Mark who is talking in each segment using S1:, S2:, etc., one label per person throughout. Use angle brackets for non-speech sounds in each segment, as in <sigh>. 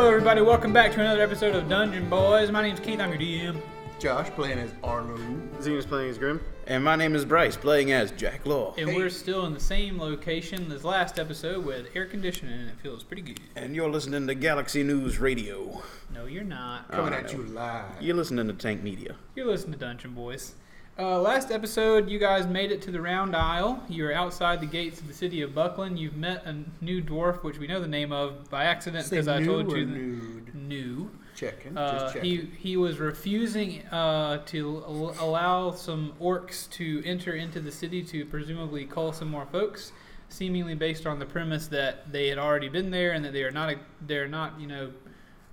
S1: everybody. Welcome back to another episode of Dungeon Boys. My name's Keith. I'm your DM.
S2: Josh playing as Arlo.
S3: Xena's playing as Grim.
S4: And my name is Bryce, playing as Jack Law.
S1: And we're still in the same location as last episode with air conditioning, and it feels pretty good.
S4: And you're listening to Galaxy News Radio.
S1: No, you're not.
S2: Coming at you live.
S4: You're listening to Tank Media.
S1: You're listening to Dungeon Boys. Uh, last episode, you guys made it to the Round Isle. You're outside the gates of the city of Buckland. You've met a new dwarf, which we know the name of by accident
S2: Say
S1: because I
S2: new
S1: told
S2: or
S1: you. the-
S2: nude.
S1: New.
S2: Checking.
S1: Uh,
S2: just checking.
S1: he he was refusing uh, to al- allow some orcs to enter into the city to presumably call some more folks, seemingly based on the premise that they had already been there and that they are not they're not you know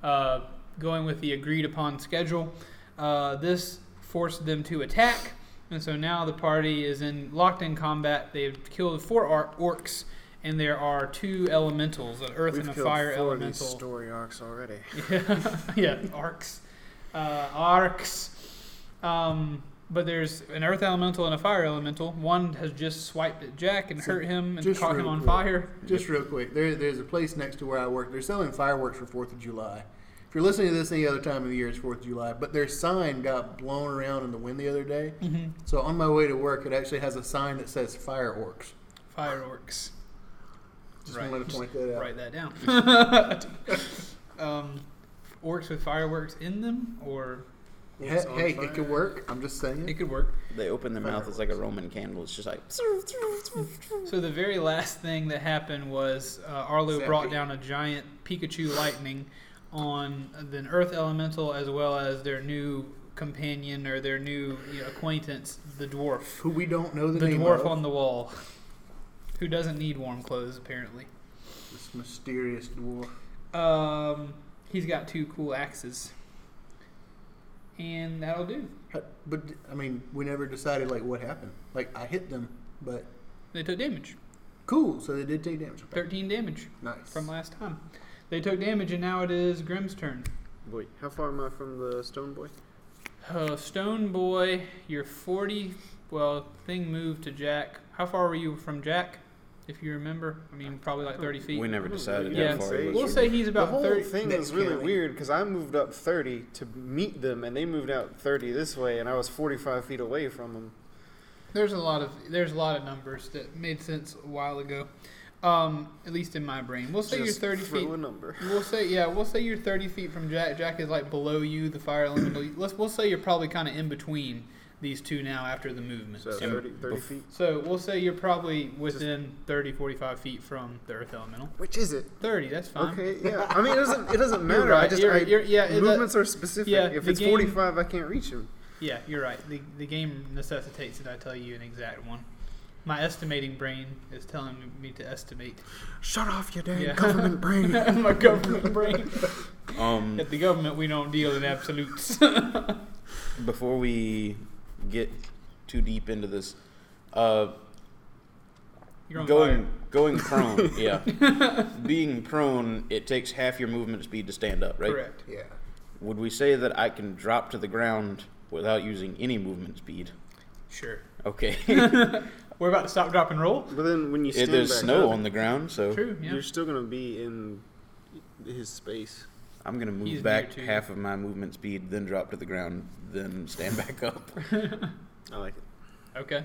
S1: uh, going with the agreed upon schedule. Uh, this forced them to attack, and so now the party is in locked in combat. They've killed four or- orcs. And there are two elementals, an earth and a
S3: killed
S1: fire
S3: four of
S1: elemental.
S3: these story arcs already.
S1: Yeah, yeah, arcs, uh, arcs. Um, but there's an earth elemental and a fire elemental. One has just swiped at Jack and
S2: So,
S1: hurt him and
S2: just
S1: caught him
S2: real
S1: on
S2: quick.
S1: fire.
S2: Just real quick, there, there's a place next to where I work. They're selling fireworks for Fourth of July. If you're listening to this any other time of the year, it's Fourth of July. But their sign got blown around in the wind the other day.
S1: Mhm.
S2: So on my way to work, it actually has a sign that says fireworks.
S1: Fire orcs.
S2: Just
S1: Right.
S2: wanted to point that out.
S1: Write that down. um, orcs with fireworks in them, or
S2: Hey,
S3: It's on
S2: hey,
S3: fire.
S2: it could work. I'm just saying.
S1: it could work.
S4: They open their mouth, it's like a Roman candle. It's just like.
S1: So the very last thing that happened was uh, Arlo
S2: Zappy.
S1: brought down a giant Pikachu lightning on the Earth Elemental as well as their new companion or their new you know, acquaintance, the dwarf,
S2: Who we don't know the,
S1: the
S2: name
S1: dwarf
S2: of.
S1: on the wall, who doesn't need warm clothes apparently.
S2: This mysterious dwarf.
S1: Um, he's got two cool axes, and that'll do.
S2: How- But I mean, we never decided like what happened. Like I hit them, but
S1: They took damage,
S2: cool. So they did take damage. Okay.
S1: thirteen damage
S2: Nice.
S1: from last time. They took damage, and now it is Grimm's turn.
S3: Boy, how far am I from the Stone Boy?
S1: Uh, Stone Boy, you're 40. Well, thing moved to Jack. How far were you from Jack, if you remember? I mean, probably like 30 feet.
S4: We never decided
S1: Yeah.
S4: how far it was.
S1: We'll say he's
S3: The
S1: about
S3: whole
S1: 30.
S3: thing
S2: Nick
S3: was really
S2: Cannon.
S3: weird because I moved up 30 to meet them, and they moved out 30 this way, and I was 45 feet away from them.
S1: There's a lot of there's a lot of numbers that made sense a while ago, um, at least in my brain. We'll say you're
S3: Just
S1: 30
S3: throw
S1: feet.
S3: a number.
S1: We'll say yeah. We'll say you're 30 feet from Jack. Jack is like below you, the fire elemental. Let's we'll say you're probably kind of in between these two now after the movement.
S3: So 30, 30 feet.
S1: So we'll say you're probably within 30, 45 feet from the earth elemental.
S3: Which is it?
S1: 30, that's fine.
S3: Okay, yeah. I mean, it doesn't. It doesn't
S1: <laughs> You're
S3: matter. I
S1: right,
S3: just
S1: you're-
S3: I,
S1: you're- yeah, it- uh,
S3: movements are specific.
S1: yeah,
S3: if
S1: the
S3: it's
S1: game-
S3: 45, I can't reach him.
S1: Yeah, you're right. The, the game necessitates that I tell you an exact one. My estimating brain is telling me to
S3: <laughs>
S1: estimate.
S3: Shut off your
S1: Yeah. <laughs>
S3: brain.
S1: My government brain.
S4: Um,
S1: <laughs> At the government, we don't deal in absolutes. <laughs>
S4: before we get too deep into this, uh,
S1: You're on
S4: going
S1: fire.
S4: going
S1: <laughs>
S4: prone, yeah. Being prone, it takes half your movement speed to stand up, right?
S1: Correct.
S2: Yeah.
S4: Would we say that I can drop to the ground without using any movement speed?
S1: Sure.
S4: Okay. <laughs>
S1: We're about to stop, drop, and roll.
S3: But then when you
S4: If
S3: stand
S4: there's
S3: back
S4: snow
S3: up,
S4: on the ground, so
S1: True, yeah.
S3: you're still gonna be in his space.
S4: I'm gonna move
S1: He's near
S4: back
S1: to you.
S4: half of my movement speed, then drop to the ground, then stand back <laughs> up.
S3: I like it.
S1: Okay.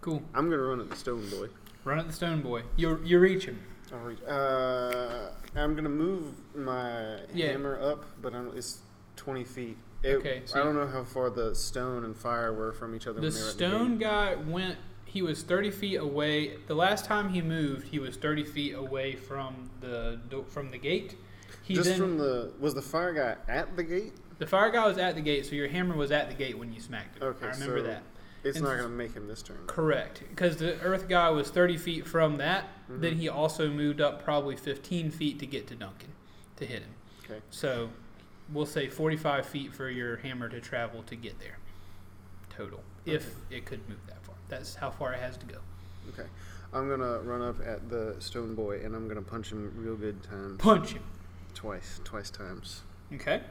S1: Cool.
S3: I'm gonna run at the stone boy.
S1: Run at the stone boy. You you reach him.
S3: I'll reach. Uh, I'm gonna move my
S1: Yeah.
S3: hammer up, but I don't, it's 20 feet. It-
S1: Okay, so
S3: I don't know how far the stone and fire were from each other.
S1: The
S3: when they were at
S1: stone
S3: The gate.
S1: guy went. He was 30 feet away. The last time he moved, he was 30 feet away from the do- from the gate. He
S3: Just
S1: then,
S3: from the was the fire guy at the gate?
S1: The fire guy was at the gate, so your hammer was at the gate when you smacked it.
S3: Okay,
S1: I remember
S3: so-
S1: that.
S3: It's
S1: And-
S3: not gonna make him this turn.
S1: Correct, because the earth guy was 30 feet from that.
S3: Mm-hmm.
S1: Then he also moved up probably 15 feet to get to Duncan, to hit him.
S3: Okay.
S1: So we'll say 45 feet for your hammer to travel to get there, total, if it could move that far. That's how far it has to go.
S3: Okay. I'm gonna run up at the stone boy and I'm gonna punch him real good time.
S1: Punch him.
S3: Twice, twice times.
S1: Okay.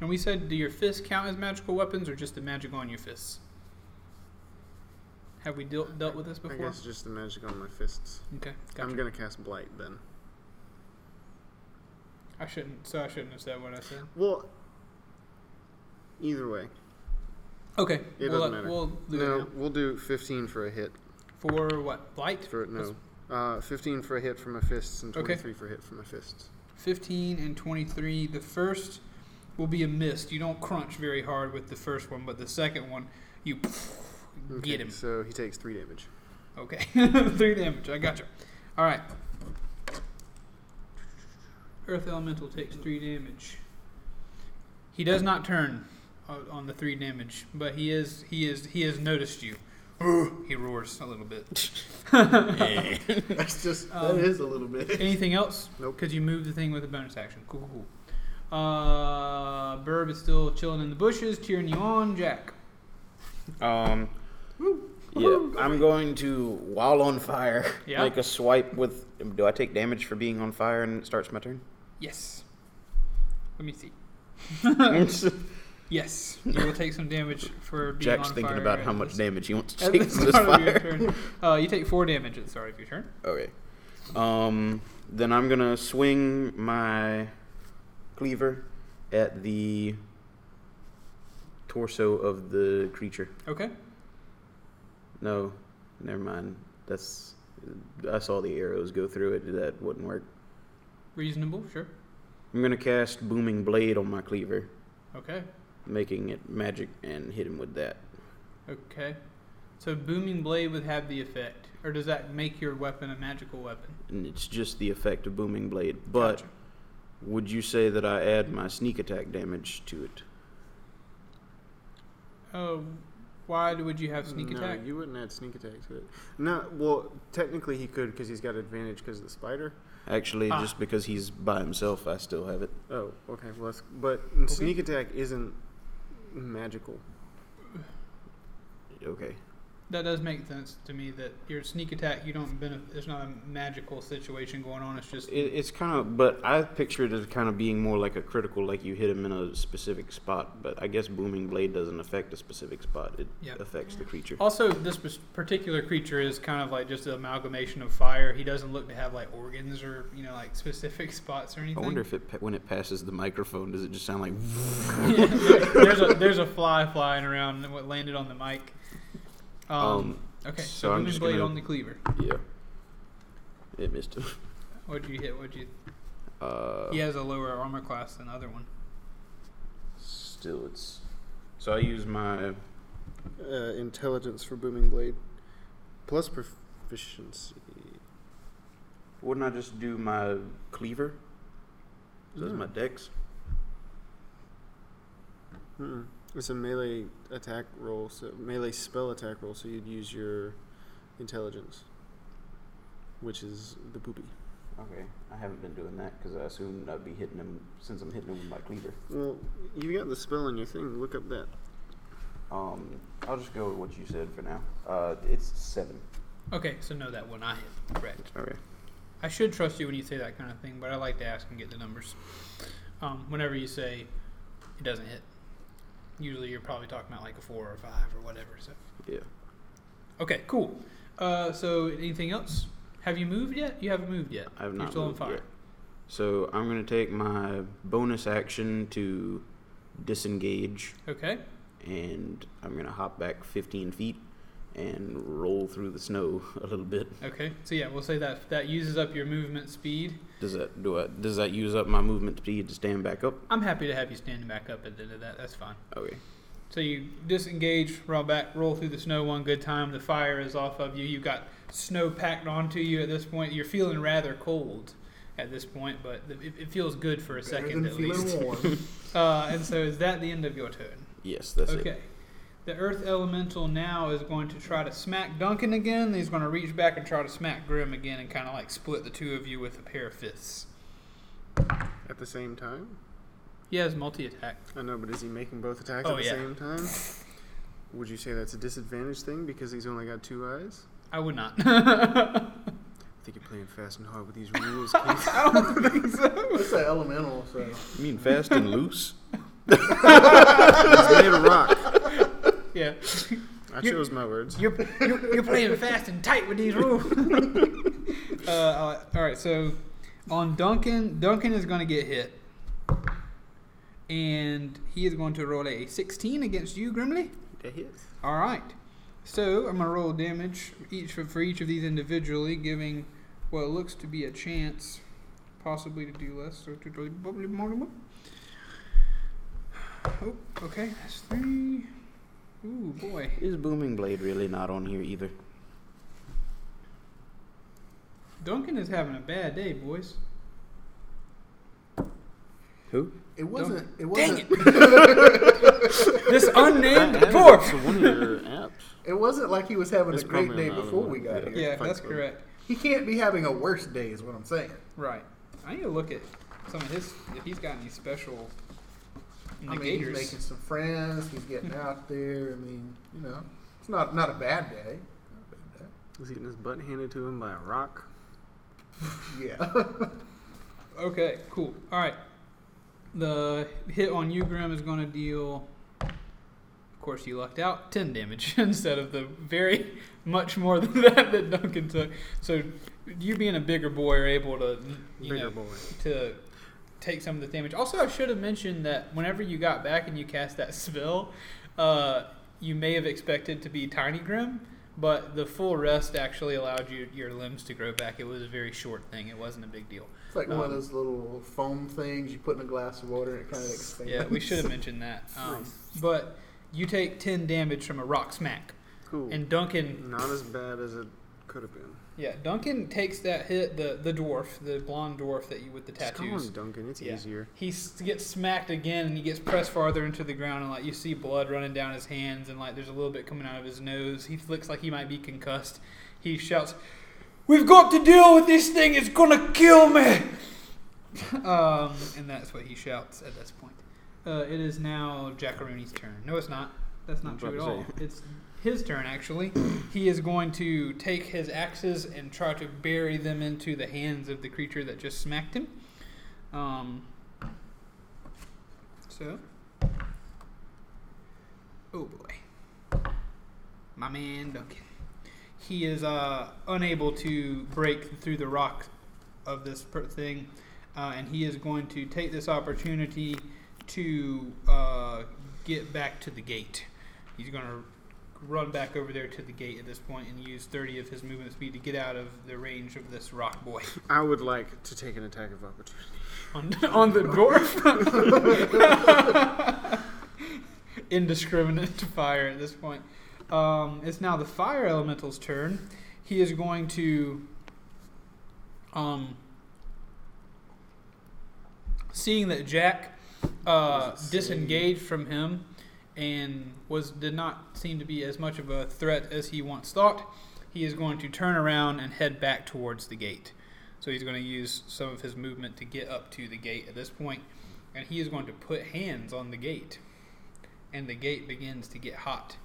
S1: And we said, do your fists count as magical weapons, or just the magic on your fists? Have we deal- dealt with this
S3: I
S1: before?
S3: guess just the magic on my fists.
S1: Okay,
S3: I'm
S1: gotcha.
S3: gonna cast blight then.
S1: I shouldn't. So I shouldn't have said what I said.
S3: Well, either way,
S1: Okay. we'll,
S3: It doesn't
S1: let-
S3: matter.
S1: We'll do it
S3: no,
S1: now.
S3: we'll do 15 for a hit.
S1: for what light.
S3: For
S1: That's-
S3: no, uh, 15 for a hit from my fists and
S1: Okay.
S3: 23 for a hit from my fists.
S1: 15 and 23. The first will be a mist. You don't crunch very hard with the first one, but the second one, you
S3: Okay,
S1: get him.
S3: So he takes three <laughs> damage.
S1: Okay. <laughs> Three damage. I got you. All right. Earth Elemental takes three damage. He does not turn o- on the three damage, but he is he is he has noticed you. He roars a little bit.
S2: That's just
S1: Um,
S2: that is a little bit.
S1: Anything else?
S3: Nope.
S1: Because you move the thing with a bonus action. Cool, cool, cool. Uh, Burb is still chilling in the bushes, cheering you on, Jack.
S4: Um, yeah, I'm going to while on fire
S1: Yeah.
S4: make a swipe with. Do I take damage for being on fire and it starts my
S1: <laughs>
S4: turn?
S1: Yes. Let me see. Yes, you will take some damage for being
S4: Jack's
S1: on
S4: thinking
S1: fire
S4: about how
S1: at
S4: much
S1: this-
S4: damage he wants
S1: <laughs>
S4: to
S1: at
S4: take
S1: the
S4: from this
S1: start of your
S4: fire.
S1: turn. Uh, you take four damage at the start of your turn.
S4: <laughs> Okay. Um, then I'm gonna swing my cleaver at the torso of the creature.
S1: Okay.
S4: No, never mind. That's I saw the arrows go through it. That wouldn't work.
S1: Reasonable, sure.
S4: I'm gonna cast booming blade on my cleaver,
S1: Okay.
S4: making it magic and hit him with that.
S1: Okay. So booming blade would have the effect, or does that make your weapon a magical weapon?
S4: And it's just the effect of booming blade. But
S1: Gotcha.
S4: would you say that I add my sneak attack damage to it?
S1: Oh, why do- would you have sneak
S3: no,
S1: attack?
S3: you wouldn't add sneak attack to it. No, well, technically he could because he's got advantage because of the spider.
S4: Actually,
S1: Ah.
S4: just because he's by himself, I still have it.
S3: Oh, okay. Well, that's, but sneak attack isn't magical.
S4: Okay.
S1: That does make sense to me that your sneak attack, you don't benefit. There's not a magical situation going on. It's just
S4: It, it's kind of, but I picture it as kind of being more like a critical, like you hit him in a specific spot. But I guess booming blade doesn't affect a specific spot; it
S1: Yep.
S4: affects the creature.
S1: also this pers- particular creature is kind of like just an amalgamation of fire. He doesn't look to have like organs or you know like specific <laughs> spots or
S4: I
S1: anything.
S4: wonder if it pa- when it passes the microphone, does it just sound like?
S1: Yeah, there's a there's a fly flying around and what landed on the mic. Um,
S4: Um,
S1: okay,
S4: so
S1: so,
S4: I'm
S1: booming
S4: just
S1: blade
S4: gonna-
S1: on the cleaver.
S4: yeah, it missed him.
S1: What'd you hit? What'd you?
S4: Uh,
S1: He has a lower armor class than the other one.
S4: Still, it's. So I use my
S3: Uh, intelligence for booming blade, plus proficiency.
S4: Wouldn't I just do my cleaver? So
S1: Ah.
S4: that's
S3: No.
S4: my dex.
S3: Mm-mm. It's a melee attack roll, so melee spell attack roll. So you'd use your intelligence, which is the poopy.
S4: Okay, I haven't been doing that because I assumed I'd be hitting him since I'm hitting him with my cleaver.
S3: Well, you got the spell in your thing. Look up that.
S4: Um, I'll just go with what you said for now. Uh, it's seven.
S1: Okay, so no, that one I hit. Correct.
S4: Okay.
S1: I should trust you when you say that kind of thing, but I like to ask and get the numbers. Um, whenever you say it doesn't hit, usually you're probably talking about like a four or a five or whatever. So
S4: Yeah.
S1: okay, cool. Uh, so anything else? Have you moved yet? You haven't moved yet.
S4: I have not.
S1: You're still on
S4: moved
S1: fire.
S4: yet. So I'm gonna take my bonus action to disengage,
S1: Okay.
S4: and I'm gonna hop back 15 feet and roll through the snow <laughs> a little bit.
S1: Okay. So yeah, we'll say that that uses up your movement speed.
S4: Does that do I, Does that use up my movement speed to stand back up?
S1: I'm happy to have you standing back up at the end of that. That's fine.
S4: Okay.
S1: So you disengage, roll back, roll through the snow one good time. The fire is off of you. You've got snow packed onto you at this point. You're feeling rather cold at this point, but th- it, it feels good for a second
S2: than
S1: at
S2: feeling
S1: least.
S2: warm.
S1: <laughs> Uh, and so is that the end of your turn?
S4: Yes, that's it.
S1: okay. The earth elemental now is going to try to smack Duncan again. He's going to reach back and try to smack Grim again and kind of like split the two of you with a pair of fists.
S3: At the same time?
S1: He has multi attack.
S3: I know, but is he making both attacks
S1: Oh,
S3: at the
S1: yeah.
S3: same time? Would you say that's a disadvantage thing because he's only got two eyes?
S1: I would not. <laughs> I
S3: I think you're playing fast and hard with <laughs> these rules, Keith.
S1: don't think so.
S2: It's an elemental, so
S4: You mean fast and <laughs> loose?
S3: It's made of rock.
S1: Yeah.
S3: <laughs> I
S1: You-
S3: chose my words.
S1: You're, <laughs> you're, you're playing fast and tight with these rules. uh, all right, so on Duncan, Duncan is going to get hit. And he is going to roll a 16 against you, Grimly.
S3: That hits.
S1: All right. So I'm gonna roll damage each for, for each of these individually, giving what looks to be a chance, possibly to do less. So to do probably more than one. Oh, okay. That's three. Ooh, boy.
S4: Is Booming Blade really not on here either?
S1: Duncan is having a bad day,
S2: <laughs>
S1: boys.
S4: Who?
S2: It wasn't. It
S1: Dang
S2: wasn't.
S1: This unnamed
S3: I
S1: dwarf.
S3: added it to one of your apps.
S2: <laughs> It wasn't like he was having
S3: It's
S2: a great
S3: probably
S2: day
S3: another
S2: before
S3: one.
S2: we got
S3: Yeah.
S2: here.
S1: Yeah,
S3: Fight
S1: that's
S3: Club.
S1: correct.
S2: He can't be having a worse day, is what I'm saying.
S1: Right. I need to look at some of his if he's got any special
S2: I mean, he's
S1: negators.
S2: making some friends. He's getting out there. I mean, you know, it's not not a bad day. Not a bad
S3: He's getting his butt handed to him by a rock.
S2: day. Yeah.
S1: Okay, cool. All right. The hit on you, Grim, is going to deal. Of course, you lucked out. 10 damage <laughs> instead of the very <laughs> much more than that that Duncan took. So, you being a bigger boy are able to, you
S3: Bigger
S1: know,
S3: boy.
S1: to take some of the damage. Also, I should have mentioned that whenever you got back and you cast that <laughs> spell, uh, you may have expected to be Tiny Grim, but the full rest actually allowed you your limbs to grow back. It was a very short thing. It wasn't a big deal.
S2: It's like one
S1: Um,
S2: of those little foam things you put in a glass of water and it kind of expands.
S1: Yeah, we should have mentioned that. Um, But you take 10 damage from a rock smack.
S3: Cool.
S1: And Duncan,
S3: Not as bad as it could have been.
S1: yeah, Duncan takes that hit, the, the dwarf, the blonde dwarf that you with the
S3: Just Come
S1: tattoos.
S3: on, Duncan. It's
S1: Yeah.
S3: easier.
S1: He s- gets smacked again and he gets pressed farther into the ground and like you see blood running down his hands and like there's a little bit coming out of his nose. He looks like he might be concussed. He shouts, "We've got to deal with this thing. It's gonna kill me." <laughs> um, and that's what he shouts at this point. Uh, it is now Jackaroonie's turn. No, it's not. That's not
S4: I'm
S1: true at
S4: about to
S1: all. It's his turn actually. He is going to take his axes and try to bury them into the hands of the creature that just smacked him. Um, so, oh boy, my man Duncan. He is uh, unable to break through the rock of this per- thing, uh, and he is going to take this opportunity to uh, get back to the gate. He's going to run back over there to the gate at this point and use 30 of his movement speed to get out of the range of this rock boy
S3: I would like to take an attack of opportunity.
S1: on, on the dwarf. <laughs> Indiscriminate fire at this point. Um, it's now the fire elemental's turn. He is going to, um, seeing that Jack uh,
S3: Does it say-
S1: disengaged from him and was did not seem to be as much of a threat as he once thought. He is going to turn around and head back towards the gate. So he's going to use some of his movement to get up to the gate at this point, and he is going to put hands on the gate, and the gate begins to get hot,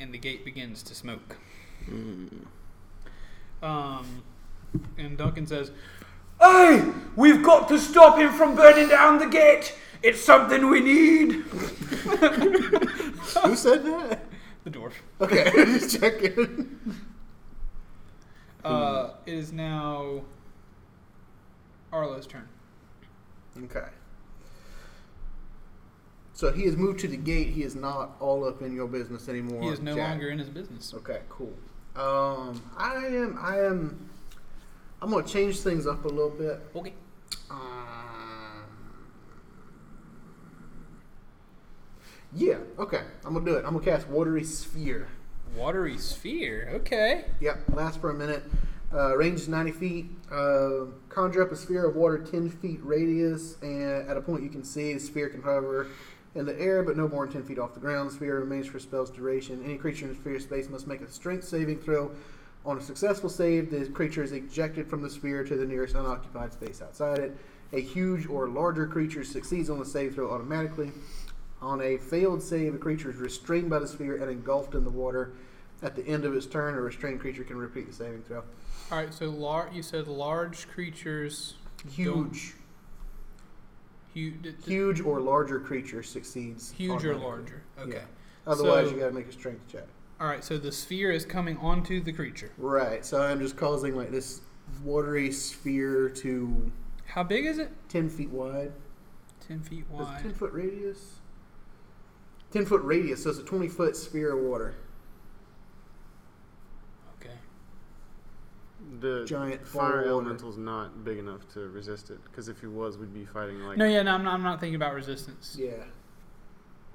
S1: and the gate begins to smoke.
S2: Hmm.
S1: Um, and Duncan says, "Hey, we've got to stop him from burning down the gate. It's something we need."
S2: <laughs> Who said that?
S1: The dwarf.
S2: Okay, <laughs> just checking. Hmm.
S1: Uh, it is now Arlo's turn.
S2: Okay. So he has moved to the gate. He is not all up in your business anymore.
S1: He is no
S2: Jack.
S1: longer in his business.
S2: Okay, cool. Um, I am. I am. I'm gonna change things up a little bit.
S1: Okay.
S2: Um, yeah. Okay. I'm gonna do it. I'm gonna cast watery sphere.
S1: Watery sphere. Okay.
S2: Yep, lasts for a minute. Uh, range is 90 feet. Uh, conjure up a sphere of water 10 feet radius, and at a point you can see, the sphere can hover in the air, but no more than 10 feet off the ground. The sphere remains for spell's duration. Any creature in the sphere space must make a strength saving throw. On a successful save, the creature is ejected from the sphere to the nearest unoccupied space outside it. A huge or larger creature succeeds on the save throw automatically. On a failed save, a creature is restrained by the sphere and engulfed in the water. At the end of its turn, a restrained creature can repeat the saving throw.
S1: All right. So lar- you said large creatures. don't-
S2: Huge,
S1: Huge. d- d-
S2: huge or larger creature succeeds.
S1: Huge or
S2: automatically.
S1: larger. Okay.
S2: Yeah. Otherwise,
S1: So-
S2: you got to make a strength check.
S1: All right. So the sphere is coming onto the creature.
S2: Right. So I'm just causing like this watery sphere to
S1: How big is it?
S2: ten feet wide.
S1: Ten feet
S2: Is it ten
S1: wide.
S2: foot radius? Ten foot radius, so it's a twenty foot sphere of water.
S1: Okay.
S3: The
S2: Giant
S3: fire
S2: ball of water.
S3: elemental's not big enough to resist it. Because if he was, we'd be fighting like.
S1: No, yeah, no, I'm not, I'm not thinking about resistance.
S2: Yeah.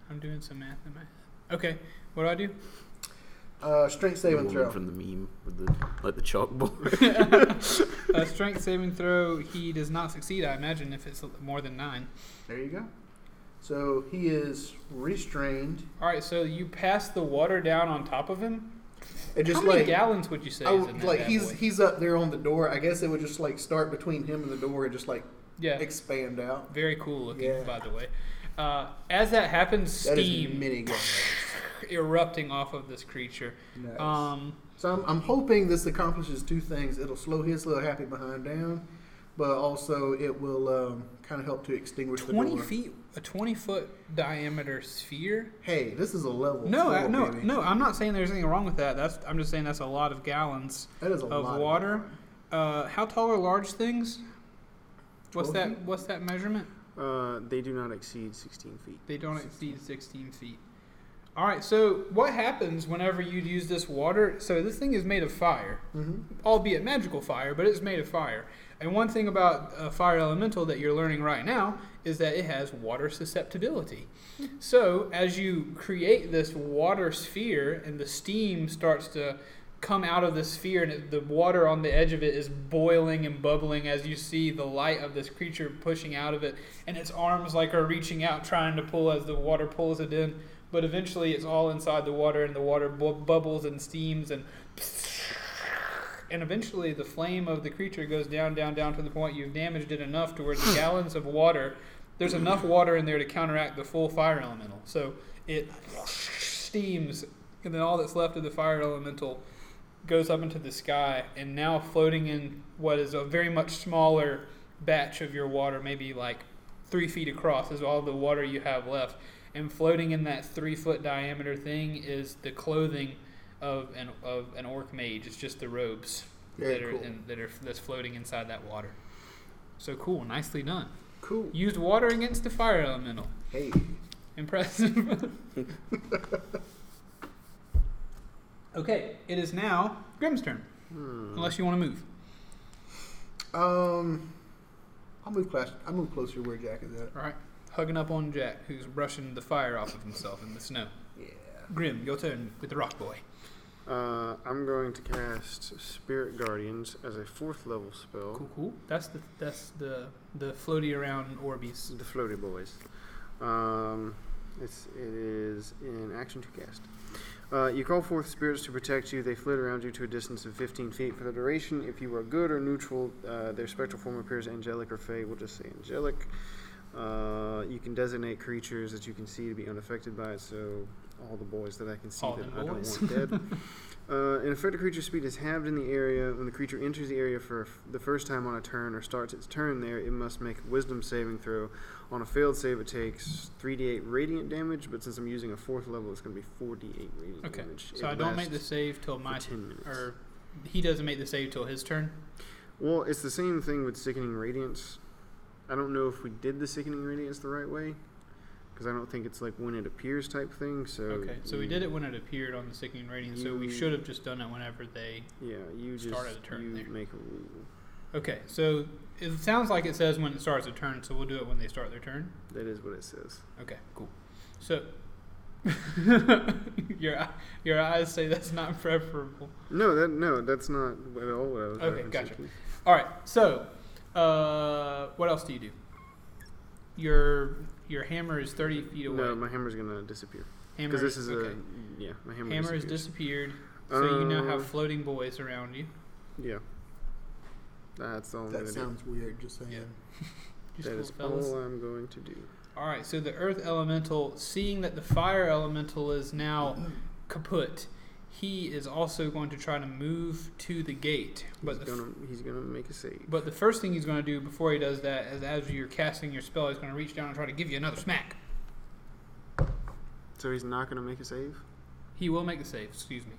S1: I'm doing some math in my head. Okay, what do I do?
S2: <laughs> Uh, strength saving
S4: The woman
S2: throw.
S4: from the meme with the like the chalkboard.
S1: A Uh, strength saving throw. He does not succeed. I imagine if it's more than nine.
S2: There you go. So he is restrained.
S1: All right, so you pass the water down on top of him.
S2: It just
S1: How many
S2: like
S1: gallons would you say?
S2: I
S1: is
S2: would-
S1: in that
S2: Oh, like
S1: bad
S2: he's
S1: boy?
S2: he's up there on the door. I guess it would just like start between him and the door and just like
S1: yeah,
S2: expand out.
S1: very cool looking,
S2: Yeah.
S1: by the way. Uh, as that happens,
S2: That is
S1: steam
S2: many gallons.
S1: erupting off of this creature.
S2: Nice.
S1: Um,
S2: so I'm, I'm hoping this accomplishes two things. It'll slow his little happy behind down, but also it will um, kind of help to extinguish the
S1: twenty
S2: door.
S1: feet, a twenty foot diameter sphere.
S2: Hey, this is a level.
S1: No, I,
S2: four,
S1: no,
S2: baby.
S1: no. I'm not saying there's anything wrong with that. That's I'm just saying that's a lot of gallons.
S2: That is a
S1: of
S2: lot
S1: water. Uh, how tall are large things? What's
S2: 12
S1: that?
S2: feet?
S1: What's that measurement?
S3: Uh, they do not exceed 16 feet.
S1: They don't exceed 16 feet. All right. So what happens whenever you use this water? So this thing is made of fire,
S2: Mm-hmm.
S1: albeit magical fire, but it's made of fire. And one thing about uh, fire elemental that you're learning right now is that it has water susceptibility. So as you create this water sphere and the steam starts to come out of the sphere and it, the water on the edge of it is boiling and bubbling as you see the light of this creature pushing out of it and its arms like are reaching out trying to pull as the water pulls it in but eventually it's all inside the water and the water bu- bubbles and steams and <laughs> and eventually the flame of the creature goes down down down to the point you've damaged it enough to where the gallons of water there's enough water in there to counteract the full fire elemental so it steams and then all that's left of the fire elemental goes up into the sky and now floating in what is a very much smaller batch of your water, maybe like three feet across, is all the water you have left. And floating in that three foot diameter thing is the clothing of an of an orc mage. It's just the robes
S2: Very
S1: that are
S2: cool.
S1: in, that are that's floating inside that water. So cool, nicely done.
S2: Cool.
S1: Used water against the fire elemental.
S2: Hey.
S1: Impressive. <laughs> okay, it is now Grim's turn.
S3: Hmm.
S1: Unless you want to move.
S2: Um, I'll move class. I'll move closer to where Jack is at.
S1: All right. Hugging up on Jack, who's brushing the fire off of himself in the snow.
S2: Yeah.
S1: Grim, your turn with the rock boy.
S3: Uh, I'm going to cast Spirit Guardians as a fourth level spell.
S1: Cool, cool. That's the that's the the floaty around Orbeez.
S3: The Floaty Boys. Um, it's it is in action to cast. Uh, you call forth spirits to protect you. They flit around you to a distance of 15 feet for the duration. If you are good or neutral, uh, their spectral form appears angelic or fey. We'll just say angelic. Uh, you can designate creatures that you can see to be unaffected by it. So all the boys that I can see
S1: All
S3: that
S1: them
S3: I
S1: boys.
S3: don't
S1: <laughs>
S3: want dead. Uh, an affected creature's speed is halved in the area. When the creature enters the area for f- the first time on a turn or starts its turn there, it must make a wisdom saving throw. On a failed save, it takes 3d8 radiant damage, but since I'm using a fourth level, it's going to be 4d8 radiant
S1: Okay,
S3: damage.
S1: So
S3: It
S1: I don't make the
S3: lasts
S1: save till
S3: for
S1: my
S3: 10 minutes.
S1: or he doesn't make the save till his turn.
S3: Well, it's the same thing with Sickening Radiance. I don't know if we did the Sickening Radiance the right way, because I don't think it's like when it appears type thing. So
S1: Okay. So we did it when it appeared on the sickening rating, so we
S3: Oh, you-
S1: should have just done it whenever they
S3: Yeah, you just
S1: started a turn
S3: you
S1: there.
S3: make a rule.
S1: Okay, so it sounds like it says when it starts a turn, so we'll do it when they start their turn.
S3: That is what it says.
S1: Okay, cool. So <laughs> your your eyes say that's not preferable.
S3: No, that no, that's not at all what I was.
S1: Okay,
S3: referencing
S1: gotcha.
S3: to.
S1: All right. So, uh, what else do you do? Your your hammer is thirty feet away.
S3: No, my hammer's gonna disappear
S1: hammer
S3: because this is
S1: okay.
S3: a yeah. My hammer.
S1: hammer has disappeared.
S3: disappears.
S1: So you now
S3: Uh,
S1: have floating boys around you.
S3: yeah. That's all. I'm
S2: That
S3: gonna
S2: sounds weird. Just saying.
S1: Yeah.
S3: do.
S1: Just
S3: That
S1: little
S3: is
S1: fellas.
S3: all I'm going to do.
S1: All right, so the earth elemental, seeing that the fire elemental is now kaput, he is also going to try to move to the gate. But
S3: He's
S1: the,
S3: gonna he's gonna make a save.
S1: but the first thing he's going to do before he does that is, as you're casting your spell, he's going to reach down and try to give you another smack.
S3: So he's not gonna make a save.
S1: He will make the save. Excuse me.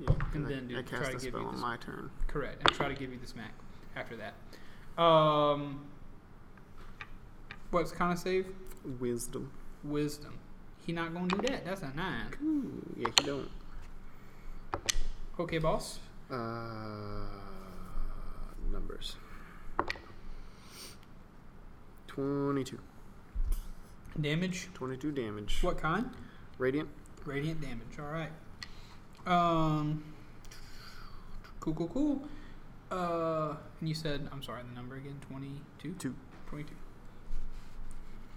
S3: Yeah.
S1: And
S3: I,
S1: then do-
S3: I
S1: try
S3: cast
S1: to
S3: a
S1: give you
S3: spell on
S1: this-
S3: my turn.
S1: Correct, and try to give you the smack after that. Um, What's kind of save?
S3: Wisdom.
S1: Wisdom. He not gonna do that. That's a nine.
S3: Ooh, yeah, he don't.
S1: Okay, boss.
S3: Uh, numbers. Twenty-two.
S1: Damage.
S3: 22 damage.
S1: What kind?
S3: Radiant.
S1: Radiant damage. All right. Um. Cool, cool, cool. Uh, and you said I'm sorry. The number again? Twenty-two.
S3: Two.
S1: Twenty-two.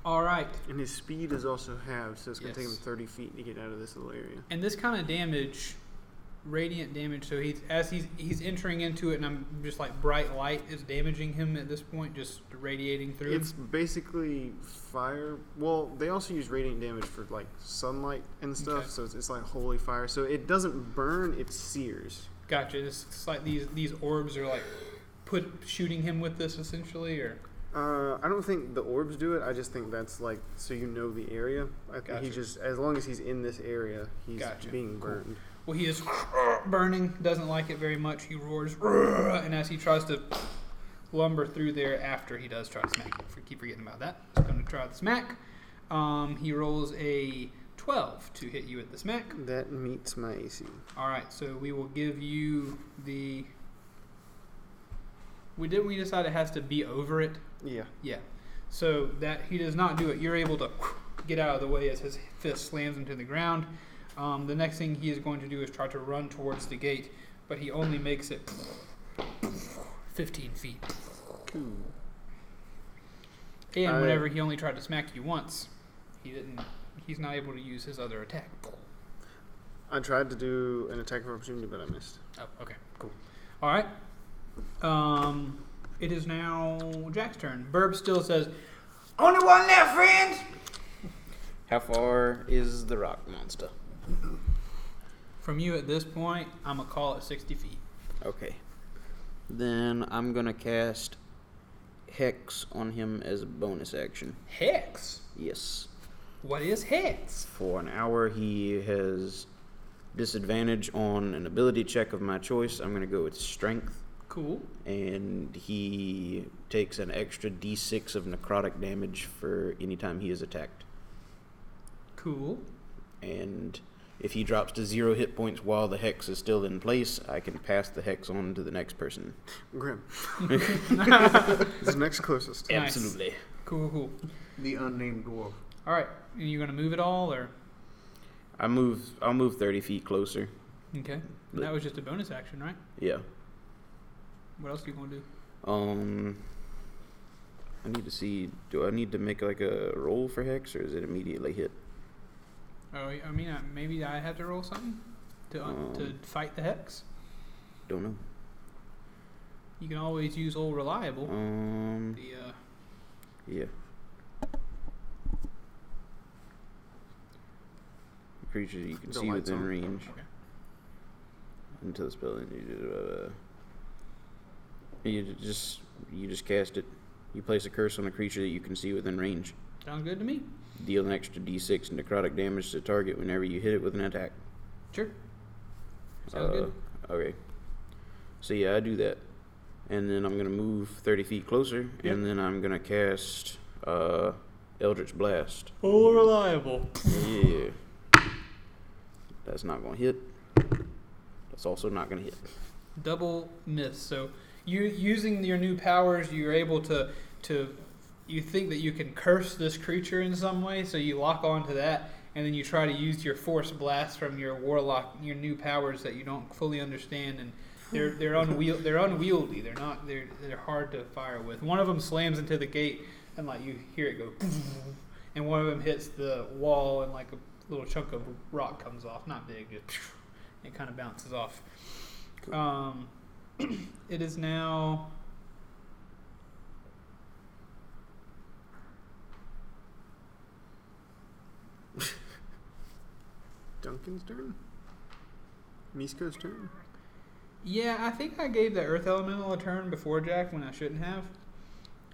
S1: All right.
S3: And his speed is also halved, so it's going to take him
S1: Yes.
S3: 30 feet to get out of this little area.
S1: And this kind of damage, radiant damage. So he's as he's he's entering into it, and I'm just like bright light is damaging him at this point, just radiating through. him.
S3: It's basically fire. Well, they also use radiant damage for like sunlight and stuff,
S1: Okay.
S3: so it's, it's like holy fire. So it doesn't burn; it sears.
S1: Gotcha. It's, it's like these these orbs are like put shooting him with this essentially, or
S3: Uh, I don't think the orbs do it. I just think that's like so you know the area. I think he
S1: Gotcha.
S3: just as long as he's in this area, he's
S1: Gotcha.
S3: being
S1: Cool.
S3: burned.
S1: well, he is <clears throat> burning. Doesn't like it very much. He roars, and as he tries to lumber through there, after he does try to smack, it. keep forgetting about that. He's going to try the smack. Um, he rolls a twelve to hit you at the smack.
S3: That meets my AC.
S1: All right, so we will give you the. We did. We decide it has to be over it.
S3: Yeah.
S1: Yeah. So that he does not do it. You're able to get out of the way as his fist slams into the ground. Um, the next thing he is going to do is try to run towards the gate, but he only makes it 15 feet. And
S3: I-
S1: whenever he only tried to smack you once, he didn't. He's not able to use his other attack.
S3: I tried to do an attack of opportunity, but I missed.
S1: Oh, okay, cool. All right. Um, it is now Jack's turn. Burb still says, "Only one left, friend."
S4: How far is the rock monster?
S1: From you at this point, I'm gonna call it 60 feet.
S4: Okay. Then I'm gonna cast Hex on him as a bonus action.
S1: Hex.
S4: Yes.
S1: What is hex?
S4: For an hour, he has disadvantage on an ability check of my choice. I'm gonna go with Strength,
S1: Cool.
S4: and he takes an extra d6 of necrotic damage for any time he is attacked.
S1: Cool. <laughs>
S4: And if he drops to zero hit points while the hex is still in place, I can pass the hex on to the next person.
S3: <laughs> Grim. Is the next closest.
S1: Nice.
S4: Absolutely.
S1: Cool. Cool.
S2: The unnamed dwarf.
S1: All right. Are you gonna move it all or?
S4: I move. I'll move 30 feet closer.
S1: Okay. And that was just a bonus action, right?
S4: Yeah.
S1: What else are you gonna do?
S4: Um, I need to see. Do I need to make like a roll for hex, or is it immediately hit?
S1: Oh, I mean, I- maybe I had to roll something to uh,
S4: Um.
S1: to fight the hex.
S4: Don't know.
S1: You can always use old reliable.
S4: Um,
S1: The uh,
S4: yeah. Creature you can
S3: The
S4: see
S3: lights
S4: within
S3: on.
S4: range
S1: okay.
S4: until the spell ends. You, uh, you just you just cast it. You place a curse on a creature that you can see within range.
S1: sounds good to me.
S4: Deal an extra d6 necrotic damage to target whenever you hit it with an attack.
S1: Sure. Sounds good.
S4: Uh, Okay. So yeah, I do that, and then I'm gonna move 30 feet closer,
S1: Yep.
S4: and then I'm gonna cast uh, Eldritch Blast.
S1: All reliable.
S4: yeah. That's not gonna hit. That's also not gonna hit.
S1: Double miss. So you using your new powers, you're able to to you think that you can curse this creature in some way, so you lock onto that, and then you try to use your force blast from your warlock, your new powers that you don't fully understand, and they're they're unwieldy. They're unwieldy. They're not. They're they're hard to fire with. One of them slams into the gate, and like you hear it go, <laughs> and one of them hits the wall, and like a little chunk of rock comes off. Not big, just it kind of bounces off.
S4: Cool.
S1: Um, <clears throat> it is now.
S3: Duncan's turn. Misko's turn.
S1: Yeah, I think I gave the Earth Elemental a turn before Jack when I shouldn't have.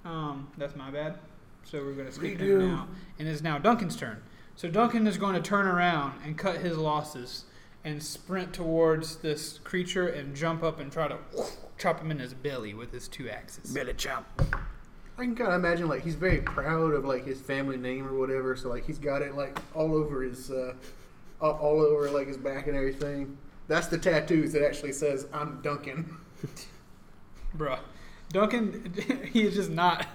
S1: Um, that's my bad. So we're going to skip him
S2: Redo.
S1: now. And it's now Duncan's turn. So Duncan is going to turn around and cut his losses and sprint towards this creature and jump up and try to chop him in his belly with his two axes.
S4: Belly chop.
S2: I can kind of imagine like he's very proud of like his family name or whatever. So like he's got it like all over his, uh, all- all over like his back and everything. That's the tattoos that actually says I'm Duncan.
S1: Bruh. Duncan, <laughs> he is just not.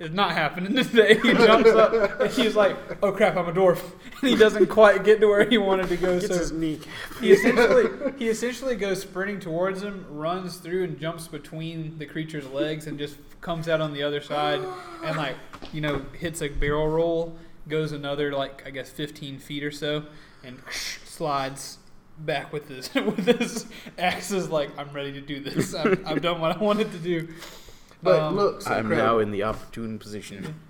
S1: It's not happening today. He jumps up and he's like, "Oh crap, I'm a dwarf," <laughs> and he doesn't quite get to where he wanted to go.
S3: Gets
S1: so
S3: his kneecap.
S1: he essentially he essentially goes sprinting towards him, runs through and jumps between the creature's legs, and just comes out on the other side and like you know hits a barrel roll, goes another like I guess 15 feet or so, and slides back with his <laughs> with his axes like I'm ready to do this. I've, I've done what I wanted to do.
S2: But
S1: Um,
S2: looks
S4: I'm now
S2: incredible.
S4: in the opportune position.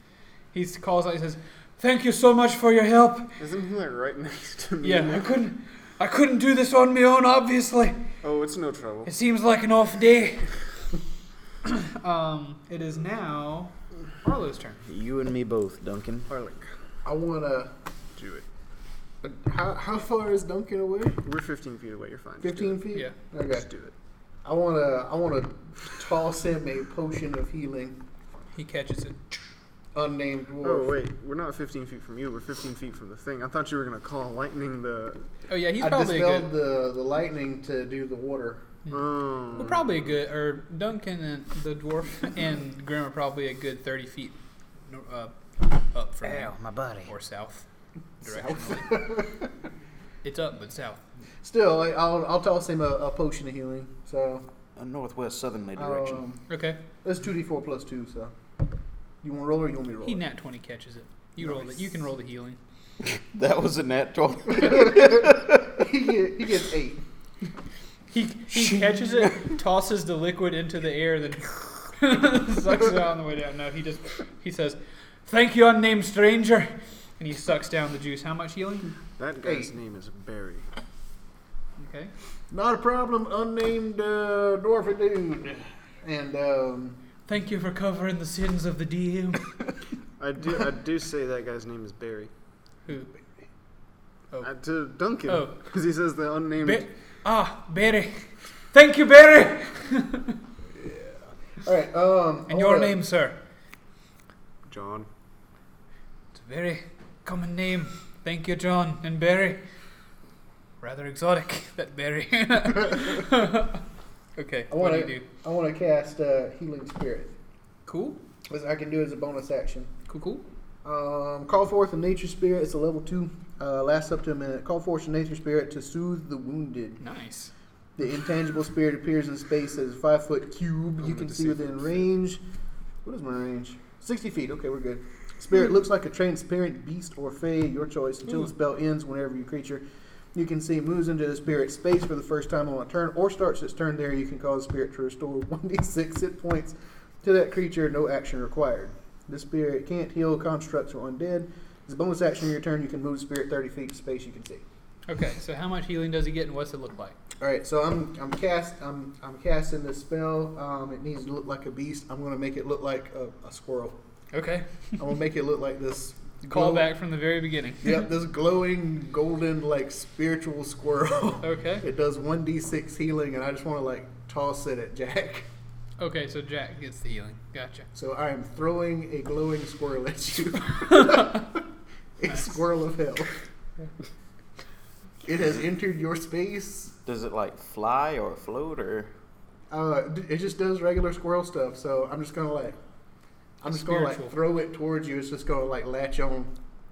S1: he calls out. He says, "Thank you so much for your help.
S3: Isn't he like right <laughs> next to me?
S1: Yeah, I couldn't." I couldn't do this on my own, obviously.
S3: Oh, it's no trouble.
S1: It seems like an off day. <coughs> um, it is now Arlo's turn.
S4: You and me both, Duncan.
S3: Harlan,
S2: I wanna.
S3: do it.
S2: How, how far is Duncan away?
S3: We're 15 feet away. You're fine. Just do
S2: Fifteen
S3: it.
S2: feet.
S1: Yeah.
S2: Okay.
S3: Just do it.
S2: I wanna. I wanna toss him a potion of healing.
S1: He catches it.
S2: Unnamed
S3: Oh
S2: dwarf.
S3: wait, we're not 15 feet from you. We're 15 feet from the thing. I thought you were gonna call lightning the.
S1: Oh yeah, he's
S2: I
S1: probably a
S2: dispelled
S1: good.
S2: the the lightning to do the water.
S3: Oh.
S1: Well, probably a good, or Duncan and the dwarf <laughs> and Grim are probably a good thirty feet nor- uh, up from him,
S4: my buddy.
S1: or south.
S2: South.
S1: directionally. <laughs> it's up, but south.
S2: Still, I- I'll, I'll toss him a, a potion of healing. So
S4: A northwest southerly direction.
S2: um,
S1: Okay,
S2: that's two d four plus two. So you want to roll or you want me to roll? <laughs>
S1: he
S2: it?
S1: nat twenty catches it. You roll it. You can roll the healing.
S4: that was a nat 12.
S2: he, get, he gets eight.
S1: He he catches it, tosses the liquid into the air, then <laughs> sucks it out on the way down. No, he just he says, "Thank you, unnamed stranger," and he sucks down the juice. How much healing?
S3: That guy's
S2: Eight.
S3: name is Barry.
S1: Okay.
S2: Not a problem, unnamed uh, dwarfy dude. And um,
S1: Thank you for covering the sins of the DM.
S3: I do. I do say that guy's name is Barry.
S1: Who?
S3: Uh, to Duncan,
S1: Oh.
S3: because he says the unnamed.
S1: Ba- ah, Barry. Thank you, Barry.
S2: all right. Um,
S1: And
S2: I
S1: your
S2: wanna-
S1: name, sir?
S3: John.
S1: It's a very common name. Thank you, John and Barry. Rather exotic, that
S2: <laughs>
S1: Barry. <laughs> okay.
S2: I
S1: What do
S2: wanna-
S1: you do?
S2: I want to cast uh, healing spirit.
S1: Cool.
S2: This I can do as a bonus action.
S1: Cool. Cool.
S2: Um, call forth a nature spirit. It's a level two. Uh, lasts up to a minute. Call forth a nature spirit to soothe the wounded.
S1: Nice.
S2: The intangible spirit appears in space as a five foot cube.
S3: I'm
S2: you
S3: gonna
S2: can see
S3: see
S2: within
S3: if it's-
S2: range. What is my range? 60 feet. Okay, we're good. Spirit looks like a transparent beast or fae, your choice, until the spell ends whenever your creature you can see moves into the spirit space for the first time on a turn or starts its turn there. You can cause the spirit to restore <laughs> 1d6 hit points to that creature, no action required. The spirit can't heal constructs or undead. As a bonus action on your turn, you can move the spirit 30 feet to space you can see.
S1: Okay, so how much healing does he get, and what's it look like?
S2: All right, so I'm I'm cast I'm I'm casting this spell. Um, it needs to look like a beast. I'm gonna make it look like a, a squirrel.
S1: Okay,
S2: I'm gonna make it look like this.
S1: <laughs> call
S2: glow-
S1: back from the very beginning.
S2: Yep, this glowing golden like spiritual squirrel. <laughs>
S1: Okay,
S2: It does one d six healing, and I just want to like toss it at Jack.
S1: okay, so Jack gets the healing. Gotcha.
S2: So I am throwing a glowing squirrel
S1: <laughs>
S2: at you. <laughs> a squirrel of hell. It has entered your space.
S4: Does it like fly or float or.
S2: Uh, d- it just does regular squirrel stuff, so I'm just gonna like, I'm just gonna
S1: Spiritual.
S2: like throw it towards you. It's just gonna like latch on.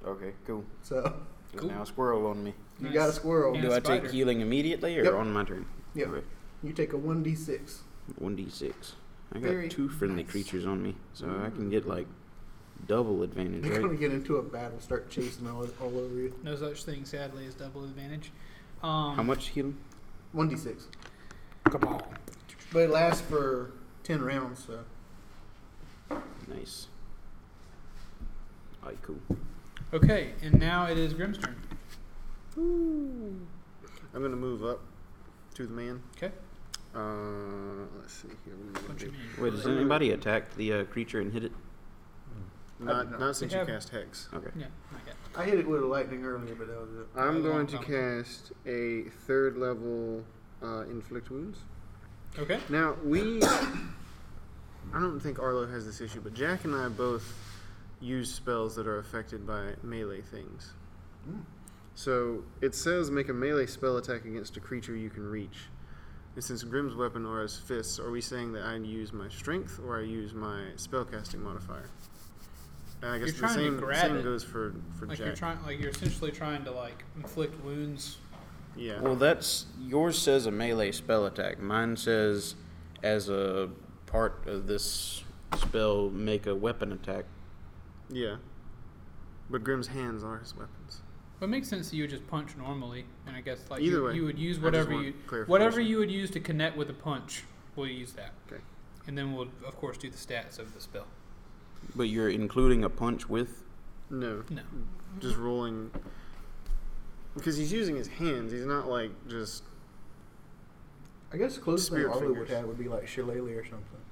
S4: Okay, cool.
S2: So <laughs>
S4: There's
S1: Cool.
S4: now a squirrel on me.
S2: you
S1: Nice.
S2: got a squirrel.
S1: Yeah. And
S4: Do
S1: a
S4: I take
S1: spider.
S4: healing immediately or
S2: Yep.
S4: on my turn?
S2: Yep.
S4: Okay.
S2: You take a one d six.
S4: 1d6. I got
S2: Very
S4: two friendly
S2: nice.
S4: creatures on me, so I can get like double advantage,
S1: <laughs>
S2: You're gonna
S4: right?
S2: get into a battle, start chasing all, all over you.
S1: No such thing, sadly, as double advantage. Um,
S4: How much healing?
S2: One d six,
S4: Come on.
S2: but it lasts for ten rounds. So
S4: Nice. Alright, cool.
S1: Okay, and now it is Grim's turn.
S3: I'm gonna move up to the man.
S1: 'Kay.
S3: Uh, let's see here. What am I gonna
S1: What you
S3: do?
S1: mean?
S4: Wait, does anybody attack the uh, creature and hit it?
S2: I
S3: Not,
S2: don't know.
S3: not since
S1: Oh, They
S3: you
S1: have-
S3: cast hex.
S4: Okay.
S1: Yeah, not yet.
S2: I hit it with a lightning earlier, but that was it.
S1: a
S3: I'm
S1: long
S3: going to
S1: time.
S3: cast a third level uh, inflict wounds. <coughs>
S1: Okay.
S3: Now we I don't think Arlo has this issue, but Jack and I both use spells that are affected by melee things.
S1: Hmm.
S2: Mm.
S3: So it says make a melee spell attack against a creature you can reach. And since Grimm's weapon or his fists, are we saying that I use my strength or I use my spellcasting modifier? And I guess
S1: You're
S3: the
S1: trying to
S3: same,
S1: grab
S3: same
S1: it.
S3: goes for, for
S1: Like
S3: Jack.
S1: you're trying, like you're essentially trying to like inflict wounds.
S3: yeah.
S4: Well, that's yours says a melee spell attack. Mine says, as a part of this spell, make a weapon attack.
S3: yeah. But Grimm's hands are his weapons.
S1: But it makes sense that you would just punch normally, and I guess like
S3: Either
S1: you,
S3: way,
S1: you would use
S3: I just
S1: whatever
S3: want
S1: you whatever
S3: clarification.
S1: you would use to connect with a punch. We'll use that.
S3: Okay.
S1: And then we'll of course do the stats of the spell.
S4: But you're including a punch with.
S3: No.
S1: No.
S3: Just rolling. Because he's using his hands. He's not like just.
S2: I guess the closest thing
S3: Spirit
S2: Arlo would
S3: fingers.
S2: have would be like shillelagh or something.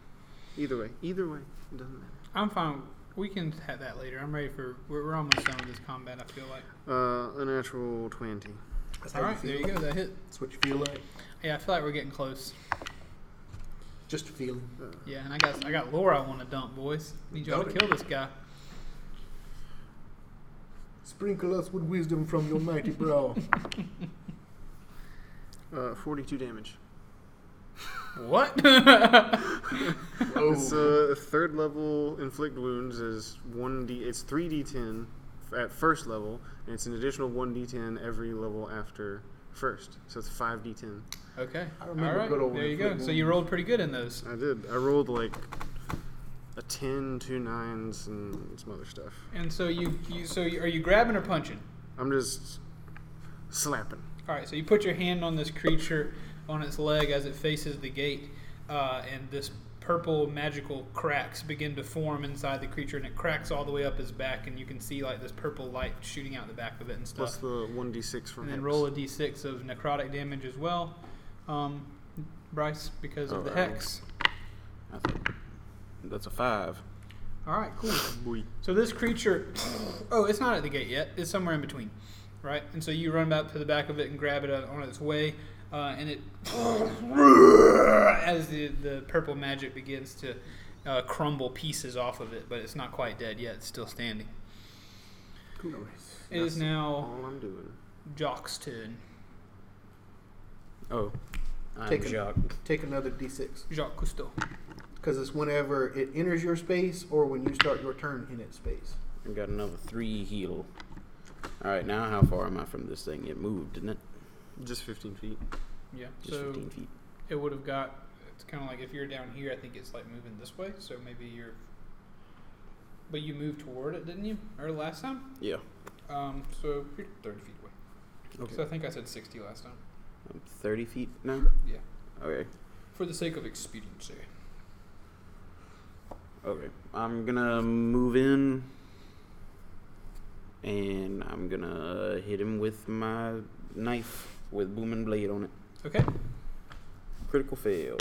S3: Either way. Either way. It doesn't matter.
S1: I'm fine. We can have that later. I'm ready for. We're, we're almost done with this combat. I feel like.
S3: Uh, a natural 20.
S2: That's
S1: All right, there you go. That hit.
S2: That's what you feel like.
S1: Yeah, I feel like we're getting close.
S2: Just a feeling.
S3: Uh,
S1: Yeah, and I got I got Laura I want to dump, boys. Need y'all to
S2: Dump it.
S1: kill this guy.
S2: Sprinkle us with wisdom from your mighty <laughs> brow.
S3: uh, 42 damage.
S1: What? <laughs>
S2: Oh.
S3: It's uh, third level inflict wounds is 1d. It's 3d10 f- at first level, and it's an additional 1d10 every level after first. So it's 5d10.
S1: okay.
S2: I
S1: All
S2: remember
S1: right.
S2: good old
S1: there you go.
S2: inflict
S1: So you
S2: wounds.
S1: rolled pretty good in those.
S3: I did. I rolled like a 10, two nines, and some other stuff.
S1: And so you, you so you, are you grabbing or punching?
S3: I'm just slapping.
S1: All right, so you put your hand on this creature on its leg as it faces the gate, uh, and this purple magical cracks begin to form inside the creature, and it cracks all the way up his back, and you can see like this purple light shooting out the back of it and
S3: Plus
S1: stuff.
S3: the 1d6 from
S1: And then
S3: Hex.
S1: roll a d6 of necrotic damage as well, um, Bryce, because
S3: Oh,
S1: of the
S4: All right.
S1: hex.
S4: I think that's a five.
S1: All right, cool.
S3: Boy.
S1: So this creature, oh, it's not at the gate yet. It's somewhere in between, right? And so you run back to the back of it and grab it on on its way, uh, and it as the the purple magic begins to uh, crumble pieces off of it, but it's not quite dead yet. It's still standing.
S2: Cool.
S1: It is
S3: That's
S1: now
S3: All I'm doing.
S1: Jock's turn.
S4: Oh, I'm
S2: Take a-
S4: shocked.
S2: Take another d6
S1: Jacques Cousteau.
S2: because it's whenever it enters your space or when you start your turn in its space.
S4: I got another three heal. All right, now how far am I from this thing? It moved, didn't it?
S3: Just 15 feet.
S1: Yeah.
S4: Just
S1: so
S4: 15 feet.
S1: it would have got. It's kind of like if you're down here, I think it's like moving this way. So maybe you're. But you moved toward it, didn't you? Or last time?
S4: Yeah.
S1: Um, so you're 30 feet away.
S4: Okay.
S1: So I think I said 60 last time.
S4: I'm 30 feet now.
S1: Yeah.
S4: Okay.
S1: For the sake of expediency.
S4: Okay. I'm gonna move in and I'm gonna hit him with my knife with booming blade on it.
S1: Okay.
S4: Critical fail.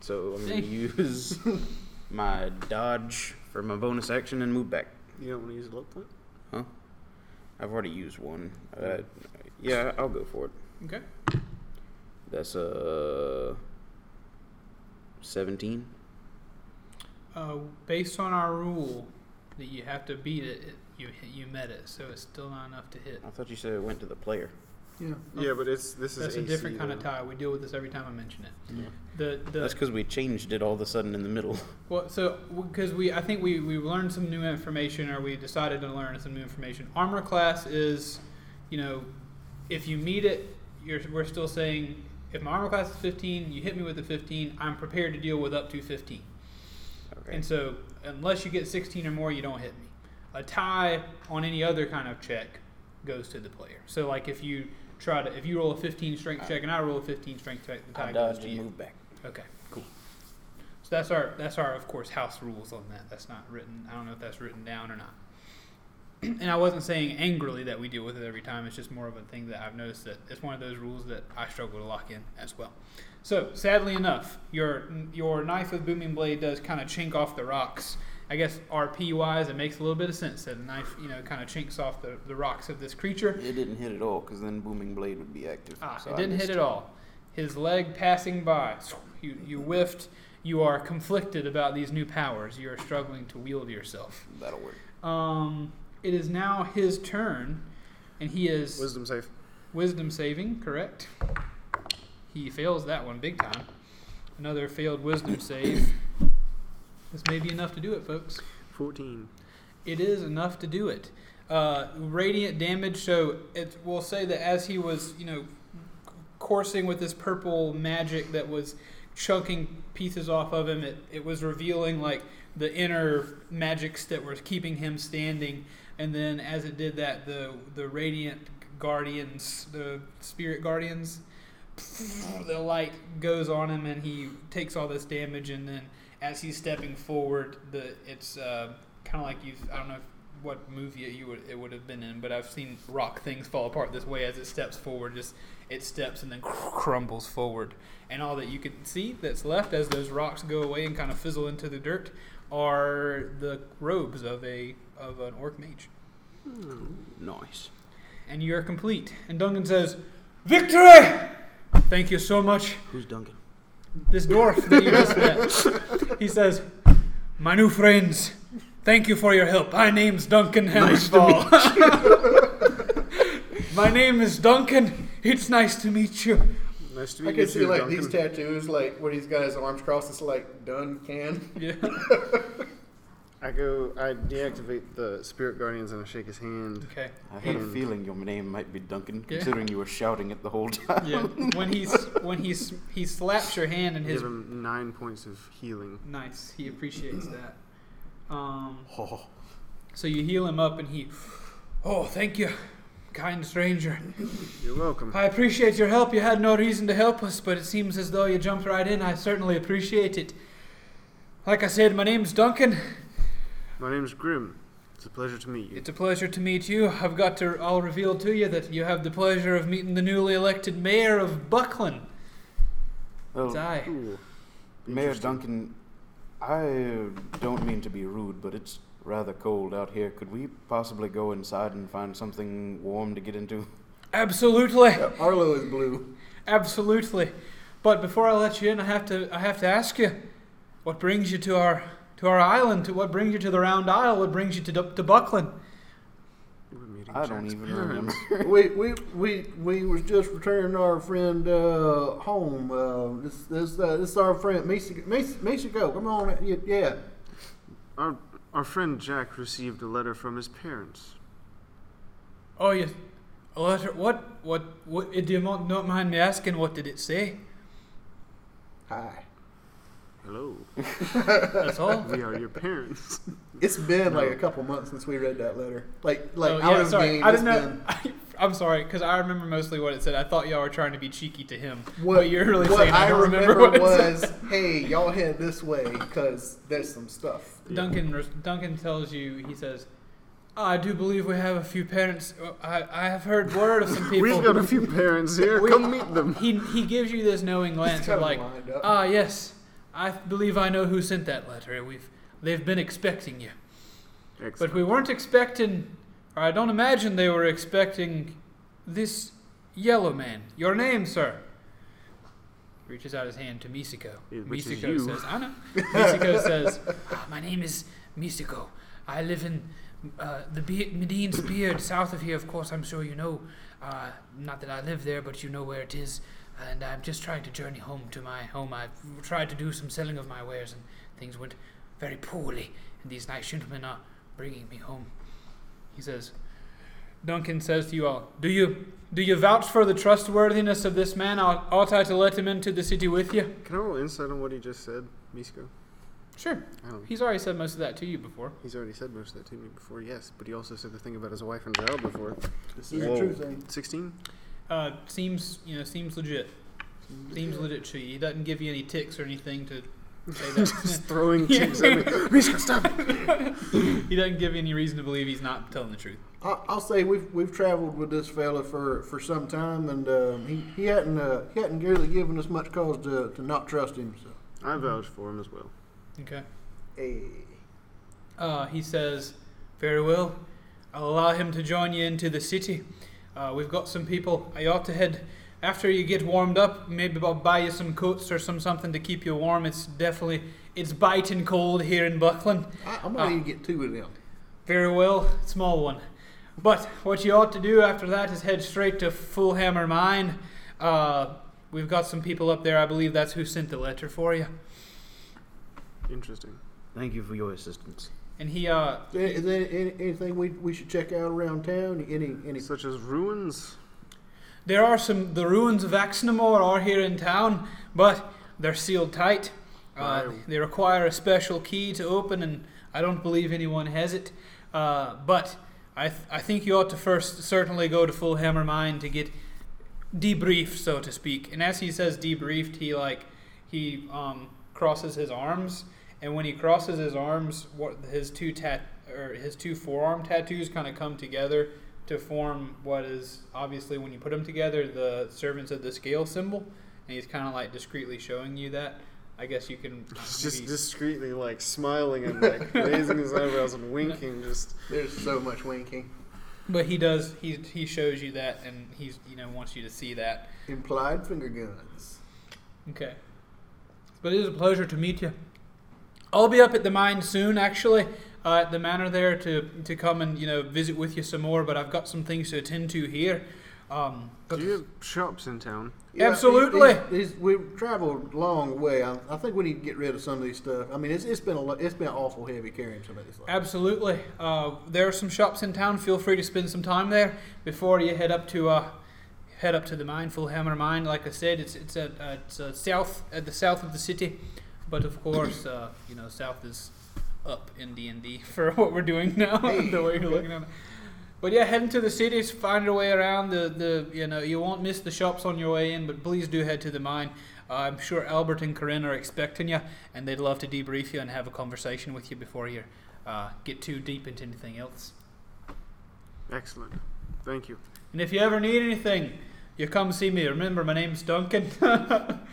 S4: So I'm gonna
S1: Dang. <laughs>
S4: use my dodge for my bonus action and move back.
S3: You don't want to use a low point?
S4: I've already used one. Uh, yeah, I'll go for it.
S1: Okay.
S4: That's a uh, 17.
S1: Uh, based on our rule that you have to beat it, it you hit, you met it, so it's still not enough to hit.
S4: I thought you said it went to the player.
S2: Yeah.
S3: Yeah, but it's this is
S1: That's a
S3: AC,
S1: different kind of
S3: though.
S1: tie. We deal with this every time I mention it.
S4: Yeah.
S1: The the
S4: That's because we changed it all of a sudden in
S1: <laughs>
S4: the middle.
S1: Well, so because we, I think we we learned some new information, or we decided to learn some new information. Armor class is, you know, if you meet it, you're we're still saying if my armor class is 15, you hit me with a 15, I'm prepared to deal with up to 15.
S4: Okay.
S1: And so unless you get 16 or more, you don't hit me. A tie on any other kind of check goes to the player. So like if you try to if you roll a 15 strength check and I roll a 15 strength check, the tie
S4: I
S1: goes
S4: dodged
S1: to
S4: and
S1: you.
S4: moved back.
S1: Okay, cool. So that's our that's our of course house rules on that. That's not written. I don't know if that's written down or not. <clears throat> and I wasn't saying angrily that we deal with it every time. It's just more of a thing that I've noticed that it's one of those rules that I struggle to lock in as well. So sadly enough, your your knife with booming blade does kind of chink off the rocks. I guess RP wise, it makes a little bit of sense that a knife you know kind of chinks off the, the rocks of this creature.
S4: It didn't hit at all, because then Booming Blade would be active.
S1: Ah,
S4: so
S1: it
S4: I
S1: didn't hit
S4: missed
S1: at all. His leg passing by. You, you whiffed, you are conflicted about these new powers. You are struggling to wield yourself.
S4: That'll work.
S1: Um, it is now his turn, and he is
S3: Wisdom safe.
S1: wisdom saving, correct? He fails that one big time. Another failed wisdom save. This may be enough to do it, folks.
S3: 14.
S1: It is enough to do it. Uh, radiant damage. So it will say that as he was, you know, coursing with this purple magic that was chunking pieces off of him, it, it was revealing like the inner magics that were keeping him standing. And then as it did that, the the radiant guardians, the spirit guardians, <laughs> the light goes on him, and he takes all this damage. And then as he's stepping forward, the it's uh, kind of like you. I don't know if, what movie you would it would have been in, but I've seen rock things fall apart this way as it steps forward. Just it steps and then crumbles forward, and all that you can see that's left as those rocks go away and kind of fizzle into the dirt are the robes of a of an orc mage.
S4: Nice.
S1: And you are complete. And Duncan says, "Victory! Thank you so much."
S4: Who's Duncan?
S1: this dwarf that you just met. He says, "My new friends, thank you for your help. My name's Duncan Hammersfall. <laughs> My name is Duncan. It's nice to meet you.
S3: Nice to
S2: I
S3: meet you.
S2: can see
S3: too,
S2: like
S3: Duncan.
S2: these tattoos, like where he's got his arms crossed. It's like done
S1: <laughs>
S2: can.
S1: Yeah.
S3: I go, I deactivate the spirit guardians and I shake his hand.
S1: Okay.
S4: I had a
S3: Mm.
S4: feeling your name might be Duncan,
S1: Yeah.
S4: considering you were shouting it the whole time.
S1: Yeah. When he's when he's he slaps your hand and his
S3: Give him nine points of healing.
S1: nice. He appreciates that. Um,
S4: Oh,
S1: so you heal him up and he, oh, thank you, kind stranger.
S3: You're welcome.
S1: I appreciate your help. You had no reason to help us, but it seems as though you jumped right in. I certainly appreciate it. Like I said, my name's Duncan.
S3: My name's Grim. It's a pleasure to meet you.
S1: It's a pleasure to meet you. I've got to I'll reveal to you that you have the pleasure of meeting the newly elected mayor of Buckland. It's
S4: well,
S1: I.
S3: Ooh.
S4: Mayor Duncan, I don't mean to be rude, but it's rather cold out here. Could we possibly go inside and find something warm to get into?
S1: Absolutely.
S2: Arlo is blue.
S1: Absolutely. But before I let you in, I have to I have to ask you what brings you to our to our island? To what brings you to the Round Isle? What brings you to to Buckland?
S3: We're meeting
S4: I don't
S3: Jack's
S4: even
S3: parents.
S4: remember.
S2: <laughs> we we we we was just returning our friend uh, home. Uh, this this uh, this our friend Mesa Mesa Mesa go. Come on, yeah, yeah.
S3: Our, our friend Jack received a letter from his parents.
S1: Oh yes. A letter. What? What? What? Do you mo- not mind me asking? What did it say?
S2: Hi.
S3: Hello.
S1: That's
S3: <laughs>
S1: all.
S3: we are your parents.
S2: It's been like
S3: No.
S2: a couple months since we read that letter. Like like
S1: Oh,
S2: out
S1: yeah,
S2: of
S1: sorry.
S2: game.
S1: I
S2: it's
S1: didn't know.
S2: been-
S1: <laughs> I, I'm sorry because I remember mostly what it said. I thought y'all were trying to be cheeky to him,
S2: What-
S1: but you're really saying I don't remember, what it said.
S2: was, <laughs> hey, y'all head this way because there's some stuff.
S3: Yeah.
S1: Duncan res- Duncan tells you. He says, "I do believe we have a few parents. uh, I I have heard word of some <laughs> people."
S3: <laughs> We've got a few parents here.
S1: We-
S3: Come meet them.
S1: He he gives you this knowing glance of
S2: kinda
S1: like,
S2: lined up.
S1: ah yes, I believe I know who sent that letter. We've they've been expecting you. But
S3: Excellent.
S1: we weren't expecting, or I don't imagine they were expecting this yellow man. Your name, sir. Reaches out his hand to Misiko.
S3: Yeah, which is
S1: Misiko
S3: you.
S1: says, I know.
S3: <laughs>
S1: Misiko says, "Ah, My name is Misiko. I live in uh, the Be- Medine's Beard, south of here, of course, I'm sure you know. Uh, not that I live there, but you know where it is. And I'm just trying to journey home to my home. I tried to do some selling of my wares, and things went very poorly. And these nice gentlemen are bringing me home. He says, Duncan says to you all, Do you do you vouch for the trustworthiness of this man? Ought ought I to let him into the city with you?
S3: Can I roll insight on what he just said, Misko?
S1: Sure.
S3: I don't
S1: He's already said most of that to you before.
S3: He's already said most of that to me before, yes, but he also said the thing about his wife and child before.
S2: This
S4: is
S2: is
S4: a
S2: a
S4: Whoa.
S2: true
S4: true
S2: thing.
S3: 16?
S1: Uh, seems you know seems legit. Seems legit to you. He doesn't give you any ticks or anything to
S3: <laughs>
S1: say <laughs>
S3: Just
S1: that.
S3: throwing
S1: Yeah.
S3: things at me. Misko, stop!
S1: he doesn't give you any reason to believe he's not telling the truth.
S2: I, I'll say we've we've traveled with this fella for, for some time, and um, he he hadn't uh, he hadn't really given us much cause to, to not trust him. So,
S3: I vouch for him as well.
S1: Okay.
S2: hey,
S1: Uh, he says, Very well, I'll allow him to join you into the city. Uh, we've got some people. I ought to head after you get warmed up, maybe I'll buy you some coats or some something to keep you warm. It's definitely it's biting cold here in Buckland.
S2: I, I'm gonna
S1: Uh,
S2: let you get two of them.
S1: Very well, small one. But what you ought to do after that is head straight to Fullhammer Mine. Uh, we've got some people up there. I believe that's who sent the letter for you.
S3: Interesting.
S4: <laughs> Thank you for your assistance.
S1: And he uh,
S2: Is there any, anything we, we should check out around town? Any any
S3: Such as ruins.
S1: There are some the ruins of Axnamore are here in town, but they're sealed tight. Uh,
S3: Wow.
S1: They require a special key to open, and I don't believe anyone has it. Uh, but I, th- I think you ought to first certainly go to Full Hammer Mine to get debriefed, so to speak. And as he says debriefed, he like he um, crosses his arms, and when he crosses his arms, what his two tat or his two forearm tattoos kind of come together to form what is obviously when you put them together the servants of the scale symbol, and he's kind of like discreetly showing you that. I guess you can
S3: Just
S1: maybe-
S3: discreetly, like smiling and like raising his eyebrows and winking. Just
S2: There's so much winking
S1: but he does he he shows you that, and he's you know wants you to see that.
S2: implied finger guns.
S1: Okay. But it is a pleasure to meet you. I'll be up at the mine soon, actually, uh, at the manor there to, to come and you know visit with you some more. But I've got some things to attend to here. Um,
S3: do you have shops in town?
S2: Yeah,
S1: Absolutely.
S2: these- these- we've traveled a long way. I, I think we need to get rid of some of these stuff. I mean, it's, it's been a, lo- it's been awful heavy carrying some of this. stuff.
S1: absolutely. Uh, there are some shops in town. Feel free to spend some time there before you head up to uh, head up to the mine, Fullhammer Mine. Like I said, it's it's at uh, it's uh, south at the south of the city, but of course, uh, you know, south is up in D and D <laughs> for what we're doing now. <laughs>
S2: Hey,
S1: the way you're
S2: okay.
S1: looking at it. But yeah, heading to the cities, find your way around. The, the you know you won't miss the shops on your way in, but please do head to the mine. Uh, I'm sure Albert and Corinne are expecting you, and they'd love to debrief you and have a conversation with you before you uh, get too deep into anything else.
S3: Excellent. Thank you.
S1: And if you ever need anything, you come see me. Remember, my name's Duncan.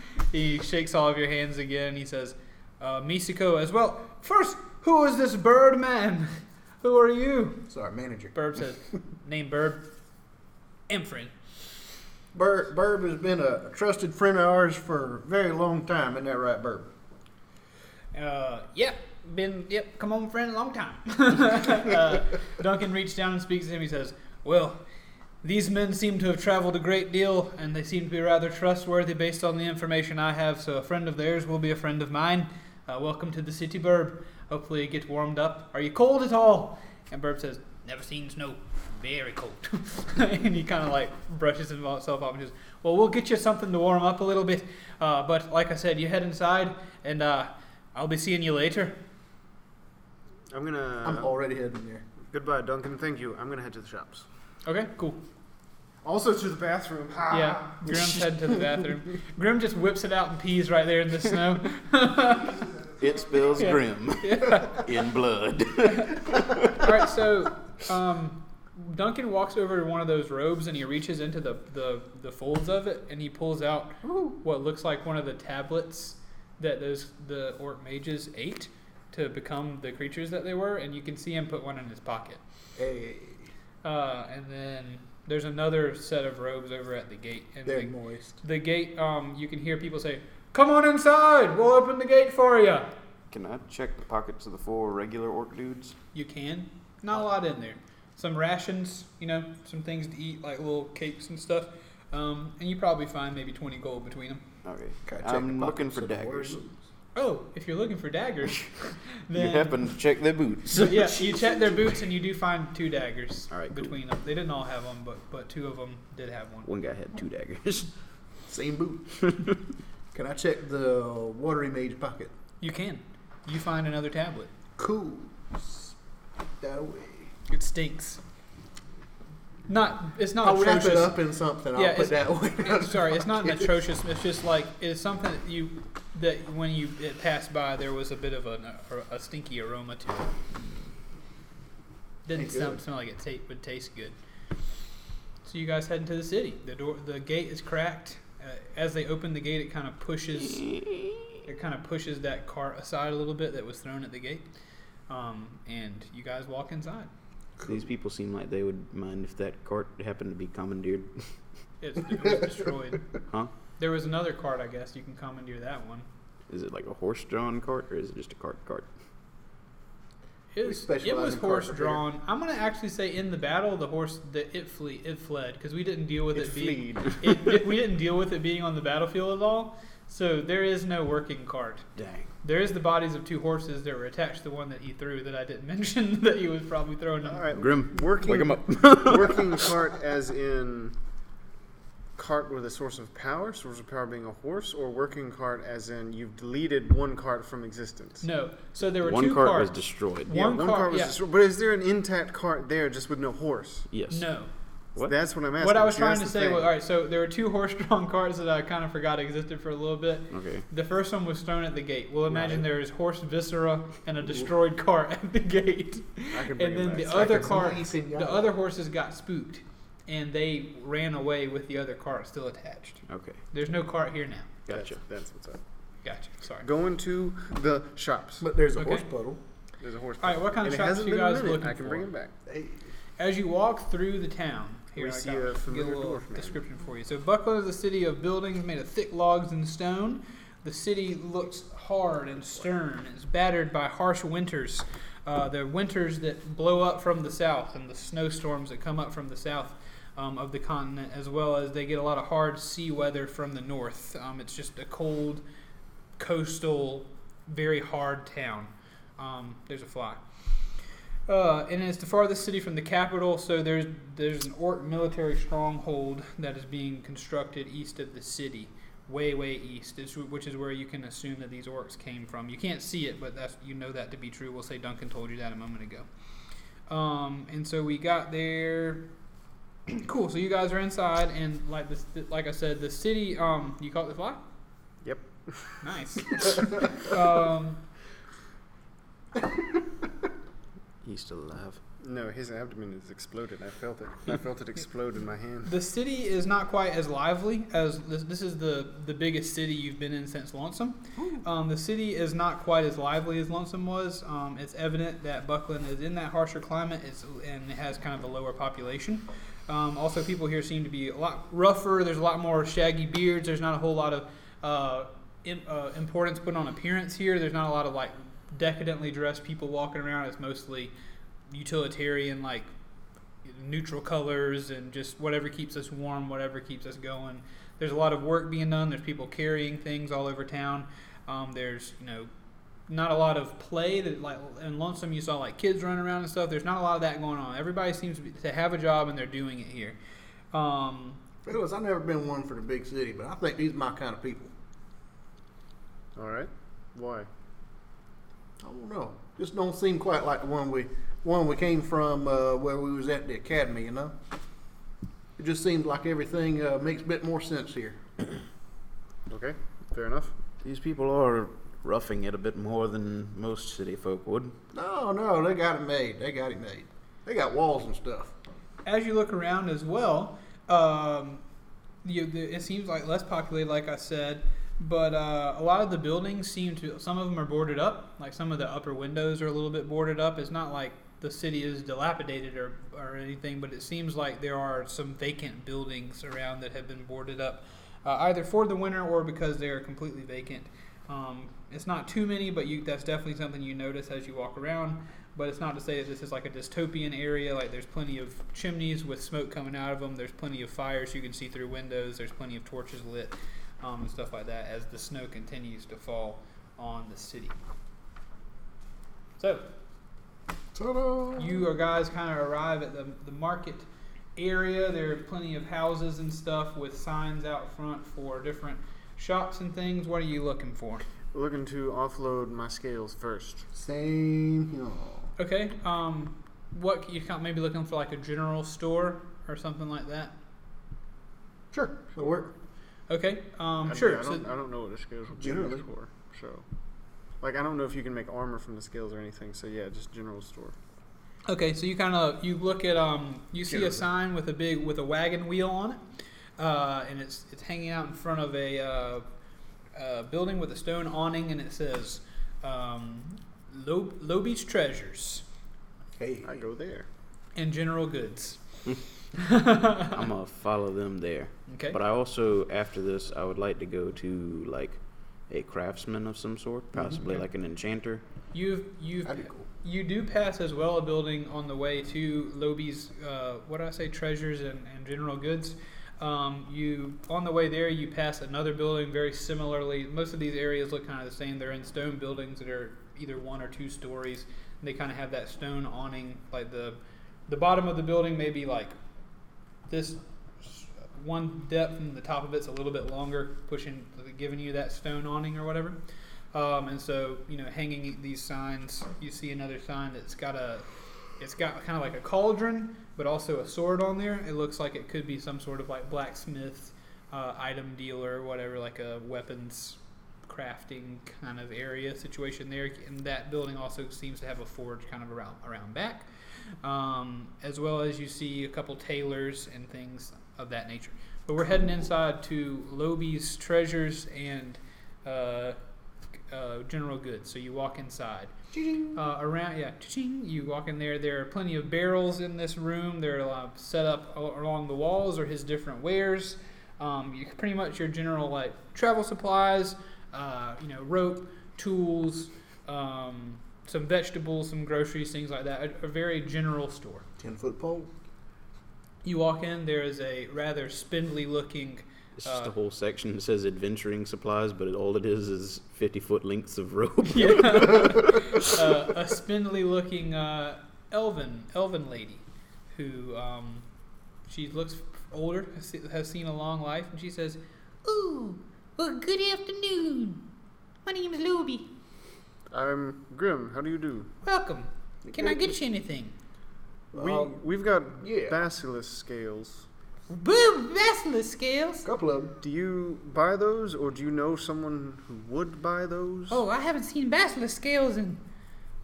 S1: <laughs> he shakes all of your hands again. He says, uh, Misiko as well. First, who is this bird man? <laughs> Who are you?
S2: Sorry, manager.
S1: Burb says, Name Burb. Imfrin.
S2: Burb, Burb has been a trusted friend of ours for a very long time. Isn't that right, Burb?
S1: Uh, yep, been yep. Come on, friend, long time. <laughs> uh, Duncan reached down and speaks to him. He says, "Well, these men seem to have traveled a great deal, and they seem to be rather trustworthy based on the information I have. So a friend of theirs will be a friend of mine. Uh, welcome to the city, Burb. Hopefully you get warmed up. Are you cold at all?" And Burb says, "Never seen snow. Very cold." <laughs> and he kind of like brushes himself off and says, "Well, we'll get you something to warm up a little bit. Uh, but like I said, you head inside and." Uh, I'll be seeing you later.
S3: I'm gonna.
S4: Uh,
S2: I'm already heading there.
S3: Goodbye, Duncan. Thank you. I'm gonna head to the shops.
S1: Okay, cool.
S3: Also to the bathroom. Ha.
S1: Yeah, Grim's heading to the bathroom. Grim just whips it out and pees right there in the snow.
S4: It spills
S1: Yeah. <laughs>
S4: grim in blood. <laughs>
S1: All right, so um, Duncan walks over to one of those robes and he reaches into the, the, the folds of it and he pulls out what looks like one of the tablets that those the orc mages ate to become the creatures that they were, and you can see him put one in his pocket.
S2: Hey,
S1: Uh, and then there's another set of robes over at the gate, and
S2: they're
S1: the
S2: moist.
S1: the gate um, you can hear people say come on inside we'll open the gate for you
S4: Can I check the pockets of the four regular orc dudes?
S1: you can not a lot in there some rations you know some things to eat like little cakes and stuff um, and you probably find maybe 20 gold between them
S4: Okay.
S2: Can I check
S4: I'm
S2: the
S4: looking
S2: pockets
S4: for
S2: of the warriors?
S4: daggers.
S1: oh if you're looking for daggers <laughs> then
S4: You happen to check their
S1: <laughs>
S4: boots.
S1: So, yeah you check their boots and you do find two daggers
S4: All right, cool.
S1: between them they didn't all have them but, but two of them did have one
S4: One guy had two daggers.
S2: Same
S4: <laughs>
S2: boot. Can I check the watery mage pocket?
S1: you can you find another tablet
S2: Cool. That away.
S1: it stinks not it's not
S2: I'll wrap it
S1: atrocious.
S2: up in something. I'll
S1: Yeah,
S2: put
S1: it's-
S2: that away.
S1: It's- <laughs> sorry, it's not an atrocious. It's just like it's something that you that when you it passed by, there was a bit of an, a, stinky aroma to it. Didn't
S2: Ain't
S1: sound,
S2: good.
S1: smell like it ta- would taste good. So you guys head into the city. The door, the gate is cracked. Uh, as they open the gate, it kind of pushes. It kind of pushes that cart aside a little bit that was thrown at the gate, um, and you guys walk inside.
S4: These people seem like they would mind if that cart happened to be commandeered. <laughs>
S1: It's, it was
S2: <laughs>
S1: destroyed.
S4: Huh?
S1: There was another card, I guess. You can commandeer that one.
S4: Is it like a horse-drawn cart, or is it just a cart cart?
S1: It
S2: We
S1: was, it
S2: specialize
S1: was
S2: in card
S1: horse
S2: repair.
S1: drawn. I'm gonna actually say in the battle, the horse that it flee it fled because we didn't deal with it,
S2: It
S1: being
S2: fleed.
S1: it, it- we didn't deal with it being on the battlefield at all. So there is no working card.
S4: Dang.
S1: There is the bodies of two horses that were attached to one that he threw that I didn't <laughs> mention that he was probably throwing. Them.
S3: All right,
S4: Grim,
S3: Working-
S4: wake him up.
S3: <laughs>
S1: <laughs>
S4: <laughs>
S3: working cart as in cart with a source of power, source of power being a horse, or working cart as in you've deleted one cart from existence.
S1: No, so there were
S4: One
S1: two
S4: cart was
S1: cards.
S4: destroyed.
S3: Yeah,
S1: One
S3: one,
S1: cart-
S3: cart, was
S1: yeah.
S3: destroyed. But is there an intact cart there just with no horse?
S4: Yes.
S1: no,
S4: What?
S3: That's what I'm asking.
S1: what I was
S3: See,
S1: trying to
S3: that's the
S1: say
S3: thing.
S1: was all right. So there were two <laughs> horse-drawn cards that I kind of forgot existed for a little bit.
S4: Okay.
S1: The first one was thrown at the gate. Well, imagine
S4: Right.
S1: there is horse viscera and a destroyed cart at the gate.
S3: I can bring
S1: And
S3: it
S1: then
S3: back.
S1: the
S3: I
S1: other
S3: can-
S1: cart,
S2: Nice and
S1: the
S2: yellow.
S1: other horses got spooked, and they ran away with the other cart still attached.
S4: Okay.
S1: There's no cart here now.
S3: That's-
S4: Gotcha.
S3: That's what's up.
S1: Gotcha. Sorry.
S3: Going to the shops.
S2: <laughs> But there's a
S1: Okay.
S2: horse puddle.
S3: There's a horse.
S1: All right, what kind of
S3: and it
S1: shops
S3: hasn't
S1: you
S3: been a
S1: guys
S3: minute.
S1: looking
S3: I can
S1: for?
S3: bring it back.
S2: Hey,
S1: As you walk through the town, here
S3: We
S1: I
S3: see
S1: got-
S3: a familiar
S1: get a little
S3: dwarf man.
S1: description for you. So Buckland is a city of buildings made of thick logs and stone. The city looks hard and stern. It's battered by harsh winters, uh, the winters that blow up from the south and the snowstorms that come up from the south um, of the continent, as well as they get a lot of hard sea weather from the north. Um, it's just a cold, coastal, very hard town. Um, there's a fly. Uh, and it's the farthest city from the capital, so there's there's an orc military stronghold that is being constructed east of the city, way way east, is- which is where you can assume that these orcs came from. You can't see it, but that's you know that to be true. We'll say Duncan told you that a moment ago. Um, and so we got there. <clears throat> cool. So you guys are inside, and like this, like I said, the city. Um, you caught the fly.
S3: Yep.
S1: Nice. um,
S4: He's still alive.
S3: No, his abdomen is exploded. I felt it. I felt it explode in my hand.
S1: The city is not quite as lively as this, this is the, the biggest city you've been in since Lonesome. Um, the city is not quite as lively as Lonesome was. Um, it's evident that Buckland is in that harsher climate it's, and it has kind of a lower population. Um, also, people here seem to be a lot rougher. There's a lot more shaggy beards. There's not a whole lot of uh, im- uh, importance put on appearance here. There's not a lot of like decadently dressed people walking around. It's mostly utilitarian, like neutral colors and just whatever keeps us warm, whatever keeps us going. There's a lot of work being done. There's people carrying things all over town. Um, there's you know not a lot of play that like in Lonesome you saw like kids running around and stuff. There's not a lot of that going on. Everybody seems to, be, to have a job and they're doing it here. Um,
S2: fellas, I've never been one for the big city, but I think these are my kind of people.
S3: All right. Why?
S2: I don't know. Just don't seem quite like the one we one we came from uh, where we was at the academy. You know, it just seems like everything uh, makes a bit more sense here.
S3: Okay. Fair enough.
S4: These people are roughing it a bit more than most city folk would.
S2: No, no, they got it made. They got it made. They got walls and stuff.
S1: as you look around as well, um, you, the, it seems like less populated, like I said. But uh, a lot of the buildings seem to. Some of them are boarded up. Like some of the upper windows are a little bit boarded up. It's not like the city is dilapidated or, or anything, but it seems like there are some vacant buildings around that have been boarded up, uh, either for the winter or because they are completely vacant. Um, it's not too many, but you, that's definitely something you notice as you walk around. But it's not to say that this is like a dystopian area. Like there's plenty of chimneys with smoke coming out of them. There's plenty of fires you can see through windows. There's plenty of torches lit um, and stuff like that as the snow continues to fall on the city. So
S2: Ta-da!
S1: you or guys kind of arrive at the, the market area. There are plenty of houses and stuff with signs out front for different shops and things. What are you looking for?
S3: Looking to offload my scales first.
S2: Same here.
S1: Okay. Um, what you can maybe looking for like a general store or something like that.
S2: Sure, it'll work.
S1: Okay. Um,
S3: I-
S1: sure.
S3: I
S1: So
S3: don't, I don't know what the scales would
S2: Generally.
S3: be used for. So, like, I don't know if you can make armor from the scales or anything. So yeah, just general store.
S1: Okay, so you kind of you look at um you see
S3: Yeah.
S1: a sign with a big with a wagon wheel on it, uh, and it's it's hanging out in front of a uh, uh, building with a stone awning, and it says um, Low Low Beach Treasures.
S2: Hey,
S3: I go there.
S1: and general
S3: <laughs>
S1: goods. <laughs>
S4: I'm gonna follow them there.
S1: Okay.
S4: But I also, after this, I would like to go to like a craftsman of some sort, possibly
S1: Okay.
S4: like an enchanter.
S1: You've you've
S2: That'd be cool.
S1: you do pass as well a building on the way to Lobie's. Uh, what do I say? Treasures and, and general goods. Um, you on the way there, you pass another building very similarly. Most of these areas look kind of the same. They're in stone buildings that are either one or two stories. And they kind of have that stone awning. Like the the bottom of the building may be like this s- one depth, and the top of it's a little bit longer, pushing giving you that stone awning or whatever. Um, and so, you know, hanging these signs, you see another sign that's got a, it's got kind of like a cauldron, but also a sword on there. It looks like it could be some sort of like blacksmith, uh, item dealer, or whatever, like a weapons crafting kind of area situation there. And that building also seems to have a forge kind of around around back, um, as well as you see a couple tailors and things of that nature. But we're heading inside to Lobie's treasures and. Uh, uh, general goods. So you walk inside. Uh, around, yeah, ching. You walk in there. There are plenty of barrels in this room. They're uh, set up al- along the walls, or his different wares. Um, you pretty much your general like travel supplies, uh, you know, rope, tools, um, some vegetables, some groceries, things like that. A, a very general store.
S2: Ten foot pole.
S1: You walk in. There is a rather spindly looking.
S4: It's just
S1: Uh,
S4: a whole section that says adventuring supplies, but it, all it is is 50 foot lengths of <laughs> rope.
S1: Yeah. <laughs> uh, a spindly looking uh, elven elven lady who um, she looks older has se- has seen a long life and she says
S5: Ooh, well, good afternoon. My name's Luby.
S3: I'm Grim. How do you do?
S1: welcome can i get you anything
S3: We,
S2: Um,
S3: we've got
S2: yeah.
S3: basilisk scales.
S5: Boo, wrestler scales.
S2: couple of 'em.
S3: Do you buy those, or do you know someone who would buy those?
S5: Oh, I haven't seen basilisk scales in.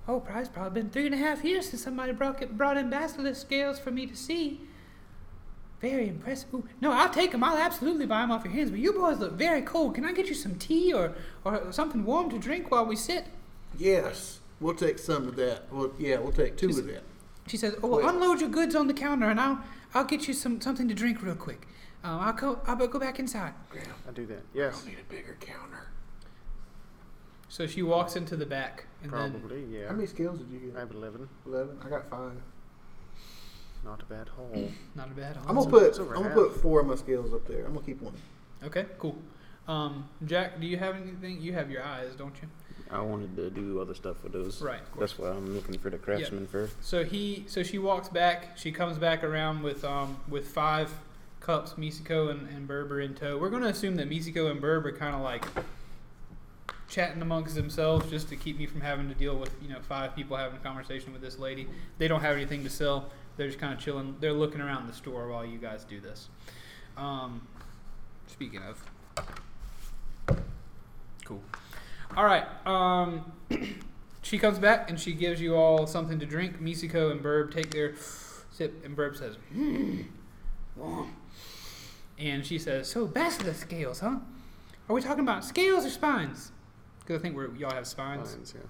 S5: Oh, probably, it's probably been three and a half years since somebody brought, it- brought in basilisk scales for me to see. Very impressive. Ooh, no, I'll take them. I'll absolutely buy them off your hands. But you boys look very cold. Can I get you some tea or, or something warm to drink while we sit?
S2: Yes, we'll take some of that. Well, yeah, we'll take two of that.
S5: She says, "Oh, well,
S2: Wait.
S5: unload your goods on the counter, and I'll I'll get you some something to drink real quick. Um, I'll go I'll go back inside."
S3: I do that. Yes,
S2: need a bigger counter.
S1: so she walks into the back and then
S3: probably.
S2: How
S3: Yeah.
S2: many scales did you
S3: I
S2: get?
S3: have eleven.
S2: Eleven. I got five.
S3: Not a bad haul.
S1: not a bad
S2: I'm
S1: odds.
S2: gonna
S3: It's-
S2: put
S3: it's over
S2: I'm gonna
S3: half.
S2: put four of my scales up there. I'm gonna keep one.
S1: okay cool um, jack do you have anything you have your eyes don't you
S4: I wanted to do other stuff with those.
S1: right of course.
S4: That's why I'm looking for the craftsman first.
S1: so he so she walks back she comes back around with um with five cups misiko and, and berber in tow we're going to assume that misiko and berber kind of like chatting amongst themselves just to keep me from having to deal with you know five people having a conversation with this lady they don't have anything to sell they're just kind of chilling they're looking around the store while you guys do this um, speaking of cool all right um, <clears throat> she comes back and she gives you all something to drink. Misiko and Burb take their sip, and Burb says, "Hmm, warm." And she says,
S5: So basilisk scales, huh?
S1: "Are we talking about scales or spines? Because I think we're, y'all have spines.
S3: Lines, yeah.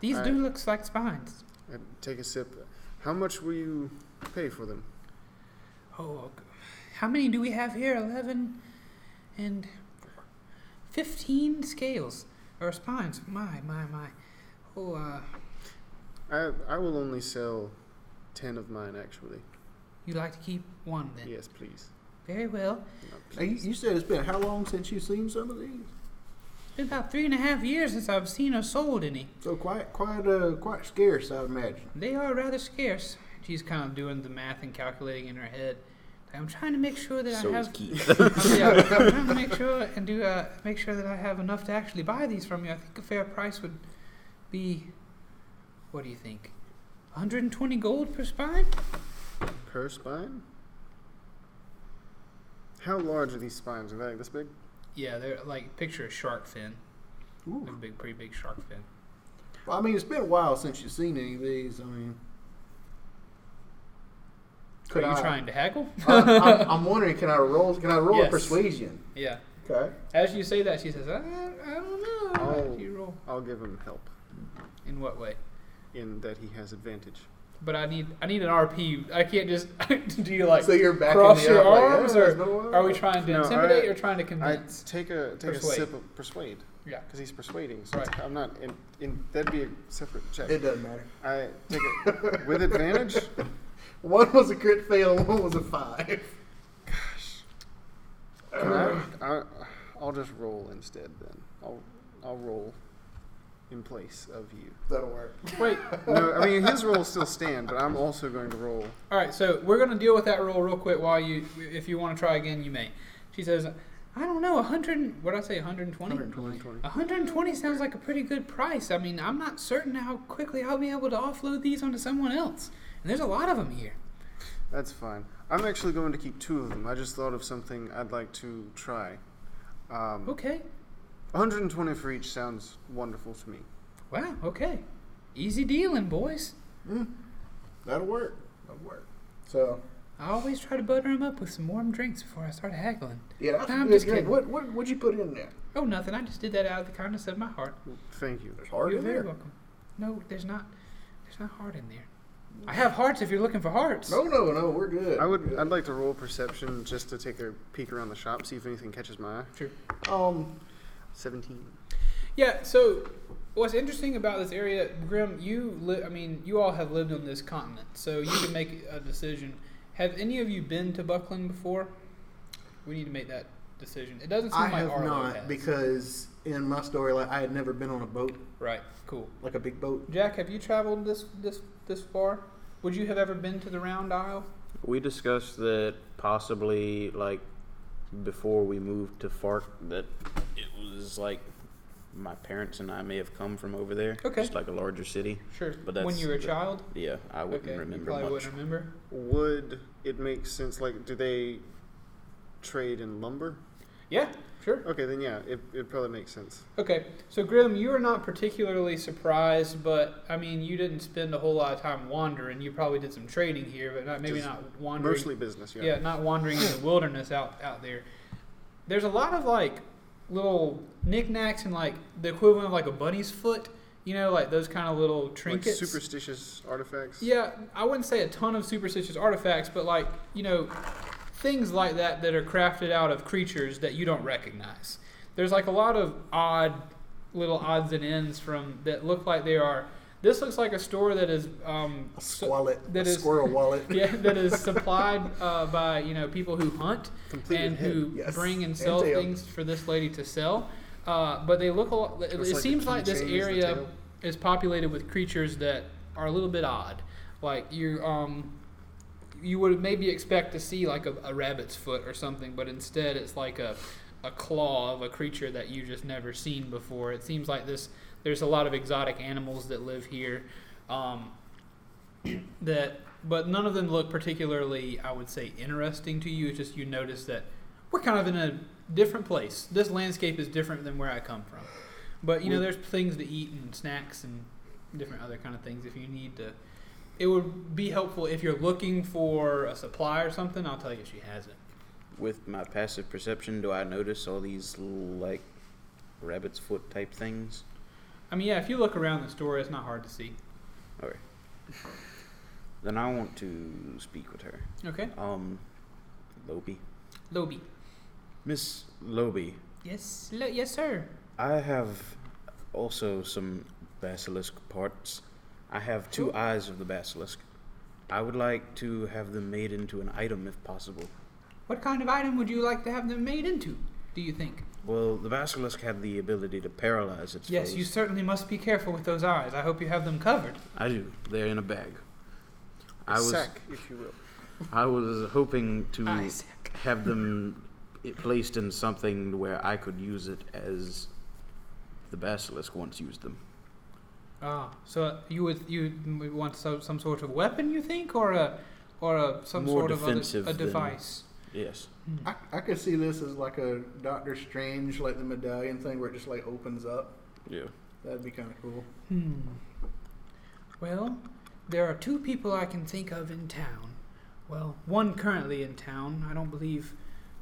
S5: These
S3: All
S5: do
S3: right.
S5: look like spines.
S3: I take a sip. How much will you pay for them?
S5: Oh, g- how many do we have here? Eleven and fifteen scales or spines. My, my, my. Oh, uh,
S3: I I will only sell ten of mine actually.
S5: you like to keep one then?
S3: Yes, please.
S5: Very well.
S3: No,
S2: Now, you,
S3: please.
S2: you said it's been how long since you've seen some of these?
S5: It's been about three and a half years since I've seen or sold any.
S2: So quite quite uh, quite scarce, I'd imagine.
S5: They are rather scarce.
S1: She's kind of doing the math and calculating in her head.
S5: I'm trying to make sure that
S4: So
S5: I
S4: is
S5: have.
S4: Keith.
S5: I'm, <laughs> yeah, I'm trying to make sure and do uh, make sure that I have enough to actually buy these from you. I think a fair price would be. What do you think? 120 gold per spine?
S3: Per spine. How large are these spines? Are they like this big?
S1: Yeah, they're like picture a shark fin, a
S2: Ooh.
S1: big, pretty big shark fin.
S2: Well, I mean, it's been a while since you've seen any of these. I mean, could
S1: Are you
S2: I-
S1: trying
S5: <laughs>
S1: to haggle?
S2: I, <laughs> I'm, I'm wondering, can I roll? Can I roll
S1: Yes.
S2: a persuasion?
S1: Yeah.
S2: Okay.
S1: As you say that, she says, "I, I don't know."
S3: Oh.
S1: You roll.
S3: I'll give him help
S1: In what way?
S3: in that he has advantage.
S1: But I need I need an RP. I can't just <laughs> do you like
S2: so you're back
S1: cross
S2: in the
S1: your
S2: app, like,
S1: arms,
S2: "Yeah,
S1: or
S2: it's been a while."
S1: are we trying to
S3: No,
S1: intimidate
S3: I-
S1: or trying to
S3: I
S1: convince?
S3: take a take
S1: Persuade.
S3: a sip of persuade <laughs>
S1: yeah.
S3: because he's persuading. So
S1: Right.
S3: it's- I'm not. In, in, that'd be a separate check.
S2: It doesn't matter.
S3: I take it with advantage.
S2: <laughs> One was a crit fail, and one was a five.
S3: Can I, I, I'll just roll instead. Then I'll I'll roll in place of you.
S2: That'll work.
S1: Wait.
S3: No, I mean his rolls still stand, but I'm also going to roll.
S1: All right. So we're gonna deal with that roll real quick. While you, if you want to try again, you may. She says, I don't know, 100. What did I say? 120.
S2: 120.
S1: 120 sounds like a pretty good price. I mean, I'm not certain how quickly I'll be able to offload these onto someone else. And there's a lot of them here.
S3: That's fine. I'm actually going to keep two of them. I just thought of something I'd like to try. Um,
S1: Okay.
S3: 120 for each sounds wonderful to me.
S1: Wow. Okay. Easy dealing, boys.
S2: That'll work. That'll work. So
S1: I always try to butter them up with some warm drinks before I start haggling.
S2: yeah, that's
S1: No,
S2: a
S1: I'm
S2: good
S1: just
S2: drink.
S1: kidding.
S2: What what would you put in there?
S1: Oh, nothing. I just did that out of the kindness of my heart.
S3: Thank you.
S2: There's hard
S1: You're
S2: in
S1: very
S2: there.
S1: welcome. No, there's not. There's not heart in there. I have hearts if you're looking for hearts.
S2: No, no, no. We're good.
S3: I would.
S2: We're
S3: I'd like to roll perception just to take a peek around the shop, see if anything catches my eye.
S2: good. Um.
S3: 17.
S1: Yeah. So, what's interesting about this area, Grim? You, li- I mean, you all have lived on this continent, so you can make a decision. Have any of you been to Buckland before? We need to make that decision. It doesn't seem
S2: I
S1: like
S2: have
S1: Arlo
S2: not
S1: has.
S2: because in my story, like I had never been on a boat,
S1: right. Cool.
S2: like a big boat.
S1: Jack, have you traveled this this this far? Would you have ever been to the Round Isle?
S4: We discussed that possibly, like, before we moved to Fark, that it was like my parents and I may have come from over there.
S1: Okay.
S4: Just like a larger city.
S1: Sure.
S4: But that's-
S1: when you were a
S4: that-
S1: child.
S4: Yeah, I wouldn't
S1: okay. you
S4: remember
S1: probably
S4: much.
S1: wouldn't remember.
S3: Would it make sense? Like, do they trade in lumber?
S1: Yeah. Sure.
S3: Okay, then yeah, it, it probably makes sense.
S1: Okay, so Grim, you are not particularly surprised, but I mean, you didn't spend a whole lot of time wandering. You probably did some trading here, but not, maybe
S3: Just
S1: not wandering.
S3: Mostly business, yeah.
S1: yeah. not wandering in the wilderness out out there. There's a lot of like little knickknacks and like the equivalent of like a bunny's foot, you know, like those kind of little
S3: Like
S1: trinkets.
S3: superstitious artifacts.
S1: Yeah, I wouldn't say a ton of superstitious artifacts, but like, you know, things like that that are crafted out of creatures that you don't recognize. There's like a lot of odd little odds and ends from that look like they are. This looks like a store that is um,
S2: A
S1: su-
S2: squallet,
S1: that
S2: a
S1: is-
S2: <laughs> squirrel wallet.
S1: yeah, that is supplied uh, by you know people who hunt
S3: Complete
S1: and
S3: head.
S1: who
S2: yes.
S1: bring and
S2: And
S1: sell
S2: tail.
S1: things for this lady to sell. Uh, but they look a lot. It,
S3: Looks
S1: it
S3: like a
S1: seems like this
S3: keychain is the
S1: area
S3: tail.
S1: is populated with creatures that are a little bit odd. Like you, um, you would maybe expect to see like a, a rabbit's foot or something, but instead it's like a a claw of a creature that you just never seen before. It seems like this. There's a lot of exotic animals that live here. Um, <clears throat> that but none of them look particularly i would say interesting to you it's just you notice that we're kind of in a different place this landscape is different than where i come from but you know there's things to eat and snacks and different other kind of things if you need to it would be helpful if you're looking for a supply or something i'll tell you she has it
S4: With my passive perception, do I notice all these little, like rabbit's foot type things?
S1: i mean yeah if you look around the store it's not hard to see
S4: Okay. Then I want to speak with her.
S1: okay
S4: Um, Lobi.
S1: lobi
S4: Miss Lobi,
S1: yes lo- yes sir
S4: I have also some basilisk parts. I have two
S1: Cool.
S4: eyes of the basilisk. I would like to have them made into an item if possible.
S1: what kind of item would you like to have them made into do you think
S4: Well, the basilisk had the ability to paralyze its
S1: Yes,
S4: foes.
S1: you certainly must be careful with those eyes. I hope you have them covered.
S4: I do. They're in a bag.
S3: A
S4: I was
S3: sack, if you will.
S4: I was hoping to
S1: Isaac.
S4: have them it placed in something where I could use it as the basilisk once used them.
S1: Ah, so you would you would want some, some sort of weapon, you think, or a or a some
S4: More
S1: sort of
S4: defensive
S1: other, a
S4: than-
S1: device? Hmm.
S4: Yes.
S2: I, I could see this as like a Doctor Strange, like the medallion thing where it just like opens up.
S4: Yeah.
S2: That'd be kind of cool.
S1: Hmm. Well, there are two people I can think of in town. Well, one currently in town. I don't believe,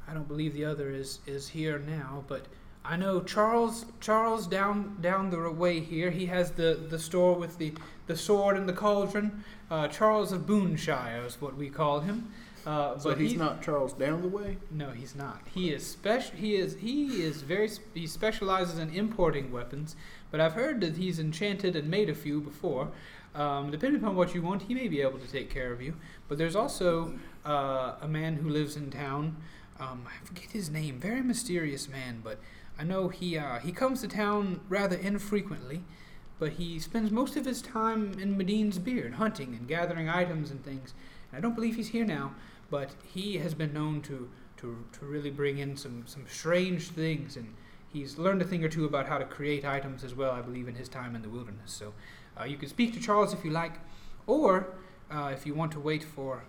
S1: I don't believe the other is is here now. But I know Charles Charles down down the way here. He has the, the store with the, the sword and the cauldron. Uh, Charles of Boonshire is what we call him. Uh,
S2: So
S1: but
S2: he's
S1: he-
S2: not Charles down the way.
S1: No, he's not. He is special. He is he is very. s- He specializes in importing weapons. But I've heard that he's enchanted and made a few before. Um, depending upon what you want, he may be able to take care of you. But there's also uh, a man who lives in town. Um, I forget his name. Very mysterious man, but I know he uh, he comes to town rather infrequently. But he spends most of his time in Medine's beard, hunting and gathering items and things. And I don't believe he's here now, but he has been known to to, to really bring in some, some strange things and he's learned a thing or two about how to create items as well i believe in his time in the wilderness so uh, you can speak to charles if you like or uh, if you want to wait for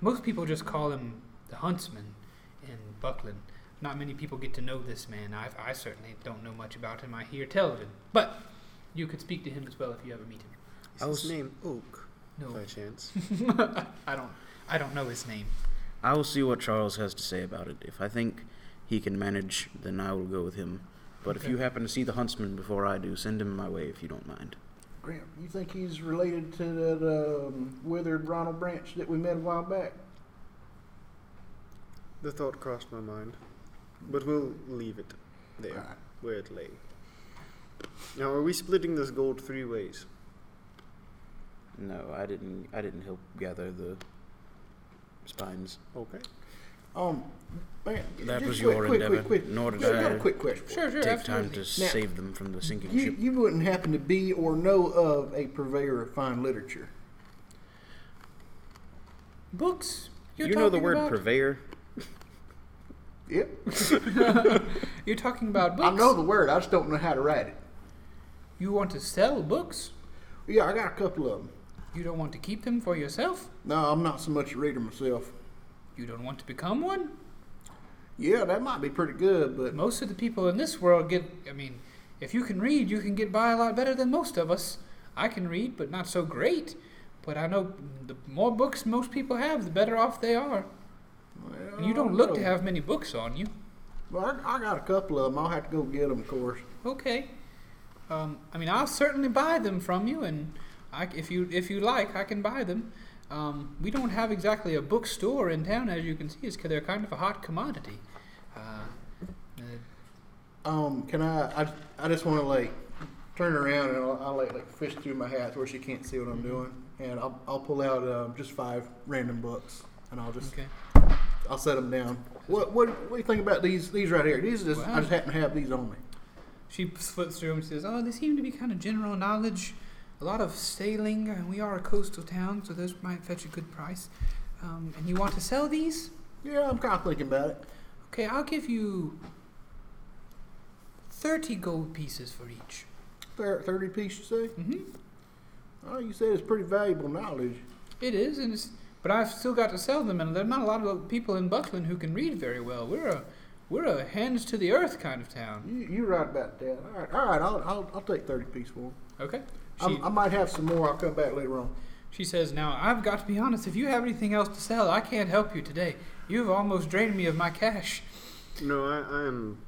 S1: most people just call him the huntsman in buckland not many people get to know this man I've, i certainly don't know much about him i hear tell of him but you could speak to him as well if you ever meet him
S3: Is
S4: I
S3: his
S4: was-
S3: name Oak by
S1: no <laughs>
S3: chance?
S1: i don't i don't know his name
S4: I will see what Charles has to say about it. If I think he can manage, then I will go with him. But if
S1: Okay.
S4: you happen to see the huntsman before I do, send him my way if you don't mind.
S2: Grant, you think he's related to that um, withered Ronald Branch that we met a while back?
S3: The thought crossed my mind, but we'll leave it there
S2: Right.
S3: where it lay. Now, are we splitting this gold three ways?
S4: No, I didn't. I didn't help gather the spines.
S3: Okay.
S2: Um, man,
S4: That
S2: just
S4: was
S2: quick,
S4: your
S2: quick,
S4: endeavor.
S2: Quick, quick.
S4: Nor did
S2: Just got a
S4: I
S2: quick question.
S1: sure sure
S4: take time
S1: absolutely.
S4: to
S2: Now-
S4: save them from the sinking
S2: You,
S4: ship.
S2: you wouldn't happen to be or know of a purveyor of fine literature.
S1: books you're
S4: you know the
S1: talking
S4: word
S1: about?
S4: purveyor.
S2: Yep.
S1: You're talking about books.
S2: I know the word. I just don't know how to write it.
S1: You want to sell books?
S2: Yeah, I got a couple of them.
S1: You don't want to keep them for yourself?
S2: No, I'm not so much a reader myself.
S1: You don't want to become one?
S2: Yeah, that might be pretty good, but
S1: Most of the people in this world get. I mean, if you can read, you can get by a lot better than most of us. I can read, but not so great. But I know the more books most people have, the better off they are.
S2: well,
S1: And you don't look to have many books on you.
S2: Well, I, I got a couple of them. I'll have to go get them, of course.
S1: Okay. Um, I mean, I'll certainly buy them from you, and I, if you if you like, I can buy them. Um, we don't have exactly a bookstore in town, as you can see, is they're kind of a hot commodity. Uh, uh,
S2: Um, can I? I, I just want to like turn around and I'll, I'll like, like fish through my hat where she can't see what I'm doing, and I'll, I'll pull out um, just five random books, and I'll just
S1: okay.
S2: I'll set them down. What what what do you think about these these right here? These are just I
S1: Wow.
S2: just happen to have these on me.
S1: She flips through and says, "Oh, they seem to be kind of general knowledge. A lot of sailing, and we are a coastal town, so those might fetch a good price. Um, and you want to sell these?
S2: Yeah, I'm kind of thinking about it.
S1: Okay, I'll give you thirty gold pieces for each.
S2: Thir- Thirty piece, you say?
S1: Mm-hmm.
S2: Oh, you said it's pretty valuable knowledge.
S1: It is, and it's, but I've still got to sell them, and there are not a lot of people in Buckland who can read very well. We're a we're a hands to the earth kind of town.
S2: You you right about that. All right, all right. I'll I'll, I'll take thirty piece for 'em.
S1: Okay. She,
S2: I'm, I might have some more. I'll come back later on.
S1: she says, "Now I've got to be honest. If you have anything else to sell, I can't help you today. You've almost drained me of my cash."
S3: No, I, I am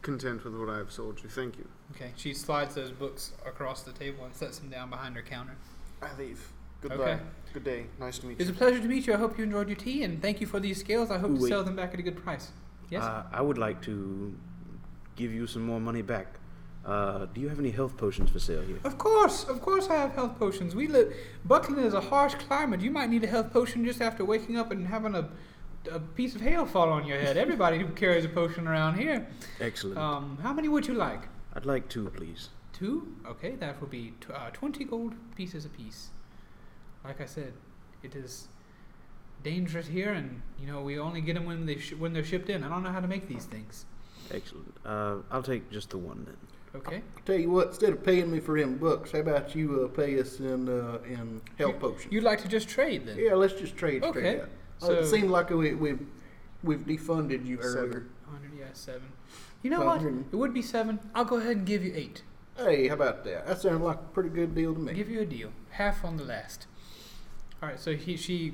S3: content with what I have sold you. Thank you.
S1: Okay. She slides those books across the table and sets them down behind her counter.
S3: I leave. Goodbye.
S1: Okay.
S3: Good day. Nice to meet
S1: It's a
S3: you.
S1: pleasure to meet you. I hope you enjoyed your tea, and thank you for these scales. I hope to
S4: Wait.
S1: sell them back at a good price. Yes.
S4: Uh, I would like to give you some more money back. Uh, do you have any health potions for sale here?
S1: Of course, of course, I have health potions. We live. Buckland is a harsh climate. You might need a health potion just after waking up and having a, a piece of hail fall on your head. Everybody carries a potion around here.
S4: Excellent.
S1: Um, how many would you like?
S4: I'd like two, please.
S1: Two. Okay, that will be tw- uh, twenty gold pieces apiece. Like I said, it is dangerous here, and you know we only get them when they sh- when they're shipped in. I don't know how to make these things.
S4: Excellent. Uh, I'll take just the one then.
S1: Okay.
S2: I'll tell you what. Instead of paying me for them books, how about you uh, pay us in uh, in health potions?
S1: You'd like to just trade then?
S2: yeah, let's just trade.
S1: Okay,
S2: Trade out. Oh, it
S1: so-
S2: seemed like we we've we've defunded you earlier.
S3: Seven.
S1: 100, yeah, seven. You know what?
S2: Hundred.
S1: It would be seven. I'll go ahead and give you eight.
S2: Hey, how about that? That sounds like a pretty good deal to me.
S1: Give you a deal, half on the last. All right, so he she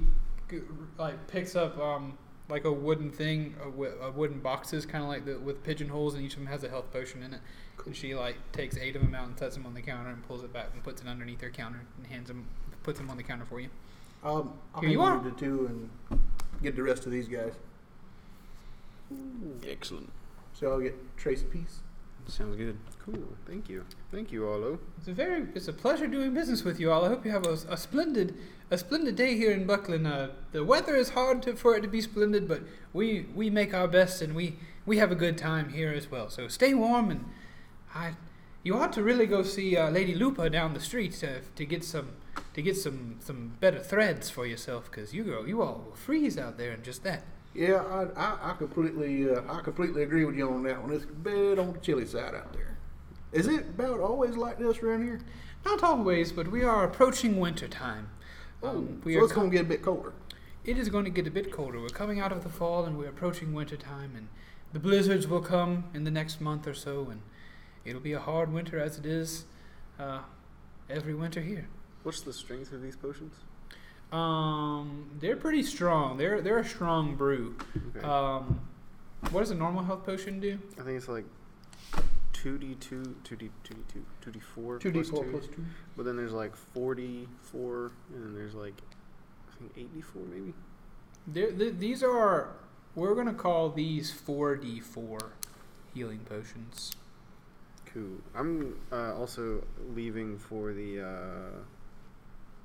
S1: g- like picks up um like a wooden thing, uh, wi- uh, wooden boxes, kind of like the, with pigeonholes, and each of them has a health potion in it. And she like takes eight of them out and sets them on the counter and pulls it back and puts it underneath her counter and hands them, puts them on the counter for you.
S2: Um, I'll
S1: Here
S2: hang
S1: you
S2: on
S1: are.
S2: to the two and get the rest of these guys.
S4: Excellent.
S2: So I'll get Trace a piece.
S4: Sounds good.
S3: Cool. Thank you. Thank you, Olo.
S1: It's a very, it's a pleasure doing business with you all. I hope you have a, a splendid, a splendid day here in Buckland. Uh, the weather is hard to, for it to be splendid, but we we make our best and we we have a good time here as well. So stay warm and I, you ought to really go see uh, Lady Lupa down the street to, to get some to get some some better threads for yourself, because you go you all will freeze out there in just that.
S2: Yeah, I, I, I completely uh, I completely agree with you on that one. It's bad on the chilly side out there. Is it about always like this around here?
S1: Not always, but we are approaching winter time.
S2: Oh,
S1: Um,
S2: so it's
S1: co-
S2: gonna get a bit colder.
S1: It is going to get a bit colder. We're coming out of the fall and we're approaching winter time and the blizzards will come in the next month or so and it'll be a hard winter as it is uh, every winter here.
S3: What's the strength of these potions?
S1: Um, they're pretty strong. They're they're a strong brew.
S3: Okay.
S1: Um, what does a normal health potion do?
S3: I think it's like 2d2, 2d, 2d2, 2d4.
S2: Two D
S3: plus
S2: four
S3: two.
S2: plus two.
S3: But then there's like 44, and then there's like, I think 84 maybe?
S1: They're, th- these are we're gonna call these four D four healing potions.
S3: Cool. I'm uh, also leaving for the uh,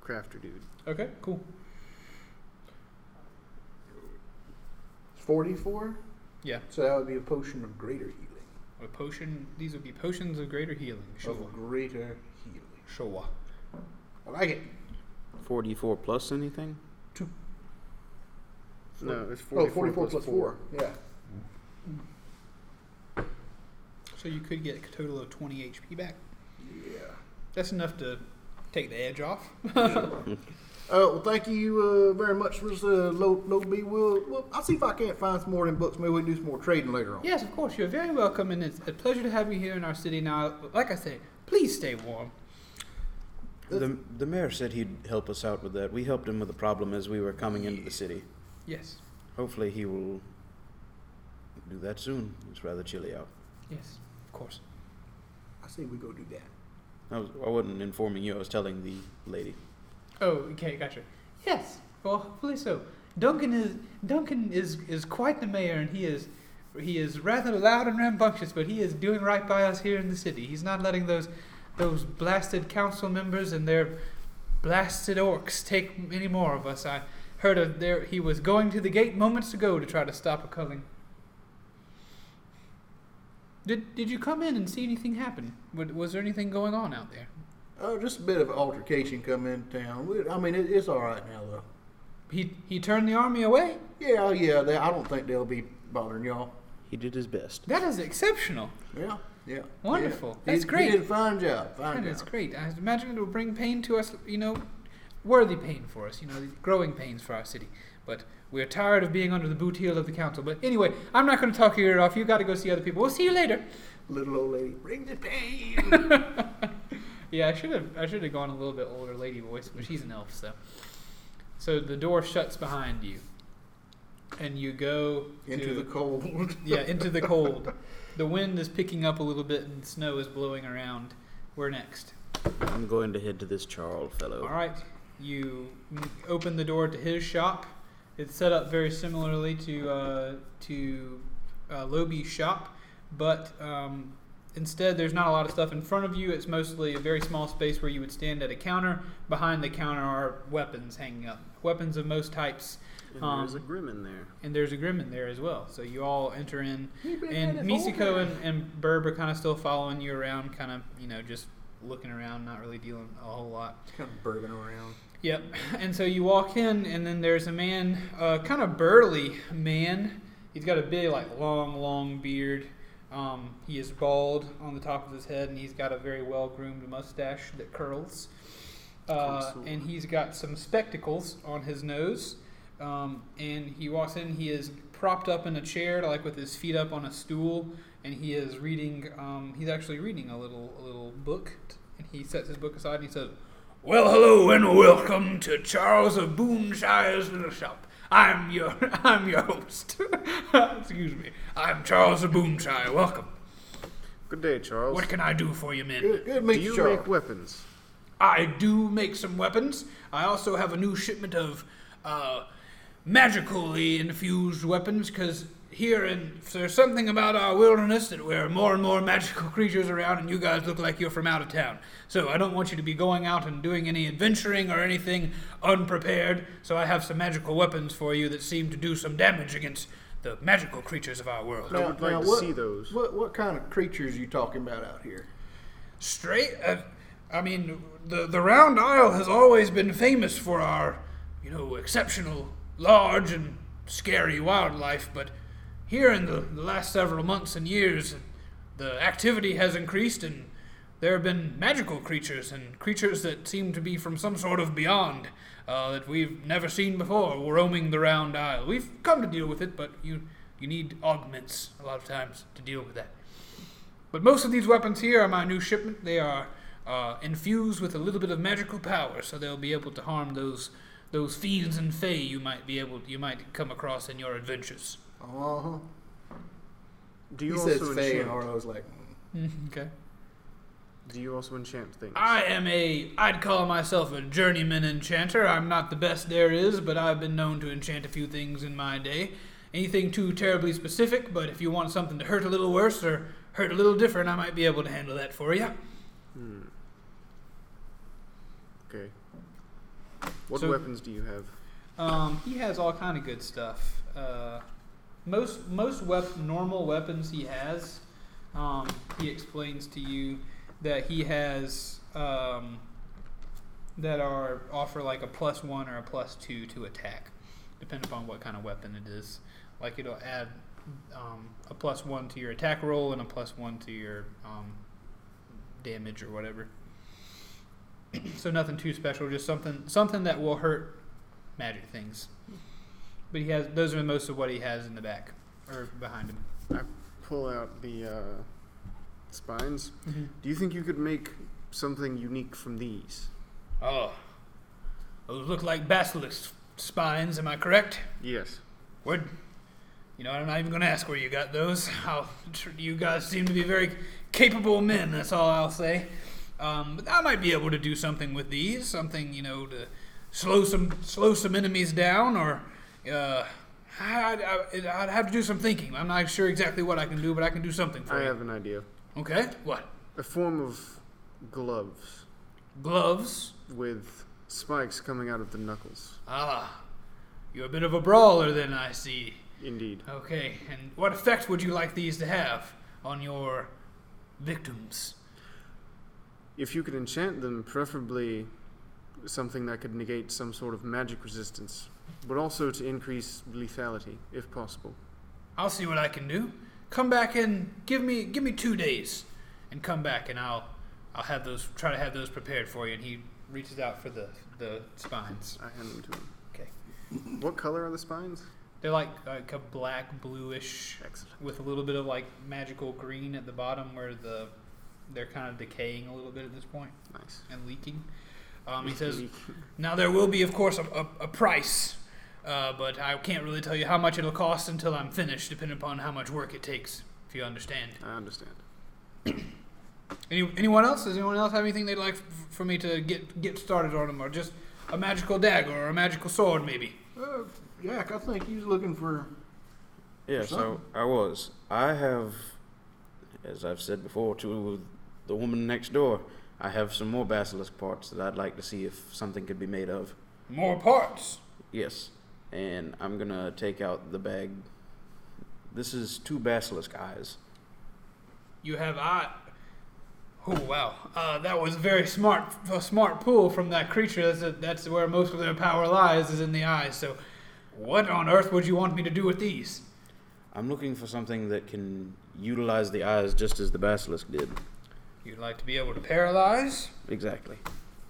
S3: crafter dude.
S1: Okay, cool.
S2: Forty four.
S1: Yeah.
S2: So that would be a potion of greater healing.
S1: A potion. These would be potions of greater healing. Sure.
S2: Of greater healing.
S1: Sure.
S2: I like it.
S4: 4d4 plus anything?
S3: No, it's 44,
S2: Oh, 44 plus
S3: plus
S2: 4. Yeah.
S1: So you could get a total of 20 HP back.
S2: Yeah.
S1: That's enough to take the edge off.
S2: Uh, well, thank you uh, very much, Mr. Low, Low B. We'll, well, I'll see if I can't find some more in books. Maybe we can do some more trading later on.
S1: yes, of course, you're very welcome, and it's a pleasure to have you here in our city. Now, like I say, please stay warm.
S4: The, the mayor said he'd help us out with that. We helped him with the problem as we were coming into the city.
S1: Yes,
S4: Hopefully, he will do that soon. It's rather chilly out.
S1: yes, of course.
S2: I say we go do that.
S4: I, was, I wasn't informing you, I was telling the lady.
S1: Oh, okay, gotcha. Yes, well, hopefully so. Duncan is Duncan is is quite the mayor, and he is he is rather loud and rambunctious, but he is doing right by us here in the city. He's not letting those those blasted council members and their blasted orcs take any more of us. I heard of there he was going to the gate moments ago to try to stop a culling. Did did you come in and see anything happen? Was, was there anything going on out there?
S2: Uh, just a bit of altercation come in town. We- I mean, it, it's all right now, though.
S1: He he turned the army away.
S2: Yeah, oh, yeah. They, I don't think they'll be bothering y'all.
S4: He did his best.
S1: That is exceptional.
S2: Yeah, yeah.
S1: Wonderful.
S2: Yeah.
S1: That's
S2: He- he
S1: great.
S2: did a fine job. Fine
S1: That
S2: job.
S1: is great. I imagine it will bring pain to us, you know, worthy pain for us, you know, growing pains for our city. But we're tired of being under the boot heel of the council. But anyway, I'm not going to talk your ear off. you got to go see other people. We'll see you later.
S2: Little old lady, bring the pain. <laughs>
S1: Yeah, I should have I should have gone a little bit older lady voice, but she's an elf, so. So the door shuts behind you. And you go
S2: Into
S1: to-
S2: the cold.
S1: yeah, into the
S2: <laughs>
S1: cold. The wind is picking up a little bit and snow is blowing around. We're next.
S4: I'm going to head to this Charles
S1: All
S4: fellow.
S1: right, you open the door to his shop. It's set up very similarly to uh, to uh, Lobi's shop, but um, instead there's not a lot of stuff in front of you. It's mostly a very small space where you would stand at a counter. Behind the counter are weapons hanging up, weapons of most types,
S3: And there's a
S1: Um,
S3: Grim in there.
S1: and there's a grim in there as well. So you all enter in and Misiko
S2: Mexico
S1: and, and Burb are kind of still following you around, kind of, you know, just looking around, not really dealing a whole lot.
S2: Kind of bourbon around.
S1: Yep. And so you walk in, and then there's a man, uh, kind of burly man. He's got a big, like, long, long beard. Um, he is bald on the top of his head, and he's got a very well groomed mustache that curls. Uh,
S3: Curls.
S1: and he's got some spectacles on his nose. Um, and he walks in. He is propped up in a chair, like with his feet up on a stool, and he is reading. Um, he's actually reading a little a little book. And he sets his book aside and he says, "Well, hello and welcome to Charles of Boonshire's little shop. I'm your <laughs> I'm your host. <laughs> Excuse me. I'm Charles of Boomshire. Welcome.
S3: Good day, Charles.
S1: What can I do for you, men?
S2: Good, good
S3: Do
S2: meet
S3: you
S2: Charles.
S3: make weapons?
S1: I do make some weapons. I also have a new shipment of uh, magically infused weapons because here in there's something about our wilderness that we're more and more magical creatures around, and you guys look like you're from out of town. So I don't want you to be going out and doing any adventuring or anything unprepared. So I have some magical weapons for you that seem to do some damage against the magical creatures of our world.
S3: I would like
S2: Now,
S3: to
S2: what-
S3: see those.
S2: What what kind of creatures you talking about out here?
S1: straight. Uh, I mean, the the Round Isle has always been famous for our, you know, exceptional, large and scary wildlife. But here in the, the last several months and years, the activity has increased, and there have been magical creatures and creatures that seem to be from some sort of beyond uh, that we've never seen before roaming the Round Isle. We've come to deal with it, but you you need augments a lot of times to deal with that. But most of these weapons here are my new shipment. They are uh, infused with a little bit of magical power, so they'll be able to harm those those fiends and fae you might be able you might come across in your adventures.
S2: Uh huh.
S3: Do
S2: He
S3: you
S2: says
S3: also
S2: Faye, and
S3: enchant?
S2: Arlo's like,
S1: okay.
S3: Do you also enchant things?
S2: Ah.
S1: I am a I'd call myself a journeyman enchanter. I'm not the best there is, but I've been known to enchant a few things in my day. Anything too terribly specific, but if you want something to hurt a little worse or hurt a little different, I might be able to handle that for you.
S3: Hmm. Okay. What
S1: So-
S3: weapons do you have?
S1: Um, he has all kind of good stuff. Uh, most most wep- normal weapons he has. Um, he explains to you that he has um, that are offer like a plus one or a plus two to attack, depending upon what kind of weapon it is. Like it'll add um, a plus one to your attack roll and a plus one to your um, damage or whatever. <clears throat> so nothing too special, just something something that will hurt magic things. But he has those are most of what he has in the back or behind him.
S3: Pull out the uh, spines. Do you think you could make something unique from these?
S1: Oh, those look like basilisk spines. Am I correct?
S3: Yes.
S1: What? You know, I'm not even going to ask where you got those. <laughs> How tr- you guys seem to be very capable men. That's all I'll say. Um, but I might be able to do something with these. Something you know to slow some slow some enemies down, or uh, I'd, I'd, I'd have to do some thinking. I'm not sure exactly what I can do, but I can do something for
S3: I
S1: you.
S3: have an idea.
S1: Okay. What?
S3: A form of gloves
S1: Gloves.
S3: with spikes coming out of the knuckles.
S1: Ah, you're a bit of a brawler then, I see.
S3: Indeed.
S1: Okay, and what effect would you like these to have on your victims?
S3: If you could enchant them, preferably something that could negate some sort of magic resistance, but also to increase lethality, if possible.
S1: I'll see what I can do. Come back and give me give me two days, and come back and I'll I'll have those try to have those prepared for you. And he reaches out for the the spines.
S3: I hand them to him.
S1: Okay,
S3: What color are the spines?
S1: they're like like a black bluish
S3: Excellent.
S1: with a little bit of like magical green at the bottom where the they're kind of decaying a little bit at this point.
S3: Nice.
S1: and leaking. Um, he says, now there will be, of course, a, a, a price, uh, but I can't really tell you how much it'll cost until I'm finished, depending upon how much work it takes, if you understand.
S3: I understand.
S1: Any, anyone else? Does anyone else have anything they'd like f- for me to get, get started on them, or just a magical dagger or a magical sword, maybe?
S2: uh, Jack, I think he's looking for.
S4: Yeah,
S2: Or
S4: so
S2: something.
S4: I was. I have, as I've said before to the woman next door, I have some more basilisk parts that I'd like to see if something could be made of.
S1: More parts.
S4: Yes, and I'm gonna take out the bag. This is two basilisk eyes.
S1: You have I. Oh wow, uh, that was very smart, a smart pull from that creature. That's, a, that's where most of their power lies, is in the eyes. So, what on earth would you want me to do with these?
S4: I'm looking for something that can utilize the eyes just as the basilisk did.
S1: You'd like to be able to paralyze?
S4: Exactly.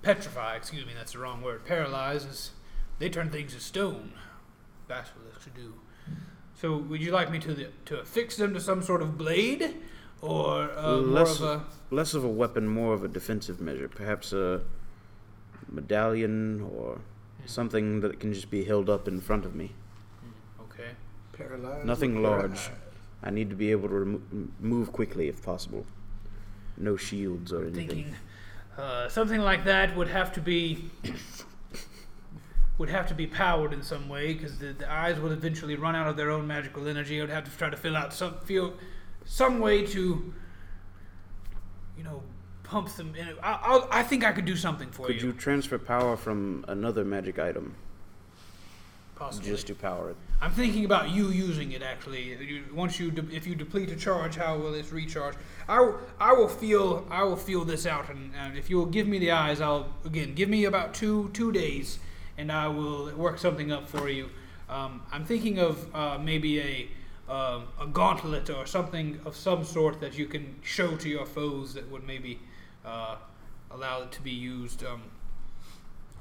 S1: Petrify, excuse me, that's the wrong word. Paralyze is. They turn things to stone. That's what they should do. So, would you like me to the, to affix them to some sort of blade? Or uh, more
S4: Less-
S1: of a.
S4: Less of a weapon, more of a defensive measure. Perhaps a medallion or something that can just be held up in front of me.
S1: Hmm,
S2: Paralyzed.
S4: Nothing
S2: or
S4: large.
S2: paralyzed.
S4: I need to be able to remo- move quickly if possible. No shields or anything.
S1: thinking uh, something like that would have to be would have to be powered in some way because the, the eyes would eventually run out of their own magical energy. I would have to try to fill out some feel some way to you know pump them in. I, I'll, I think I could do something for
S4: Could you transfer power from another magic item
S1: possibly.
S4: just to power it?
S1: I'm thinking about you using it actually. You, once you de- if you deplete a charge, how will this recharge? I, w- I will feel I will feel this out, and, and if you will give me the eyes, I'll again give me about two two days, and I will work something up for you. Um, I'm thinking of uh, maybe a um, a gauntlet or something of some sort that you can show to your foes that would maybe uh, allow it to be used. Um,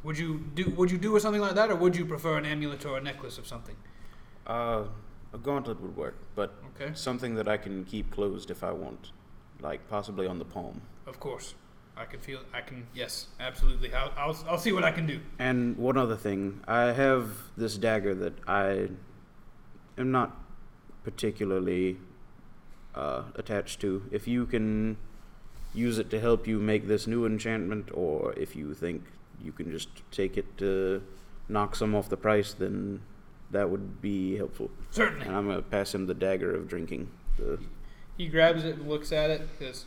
S1: would you do would you do with something like that, or would you prefer an amulet or a necklace of something?
S4: Uh, a gauntlet would work, but
S1: Okay.
S4: something that I can keep closed if I want, like possibly on the palm.
S1: Of course. I can feel. I can. Yes, absolutely. I'll, I'll, I'll see what I can do.
S4: And one other thing, I have this dagger that I am not particularly uh, attached to. If you can use it to help you make this new enchantment, or if you think you can just take it to knock some off the price, then that would be helpful.
S1: Certainly.
S4: And I'm gonna pass him the dagger of drinking. The,
S1: He grabs it and looks at it. Says,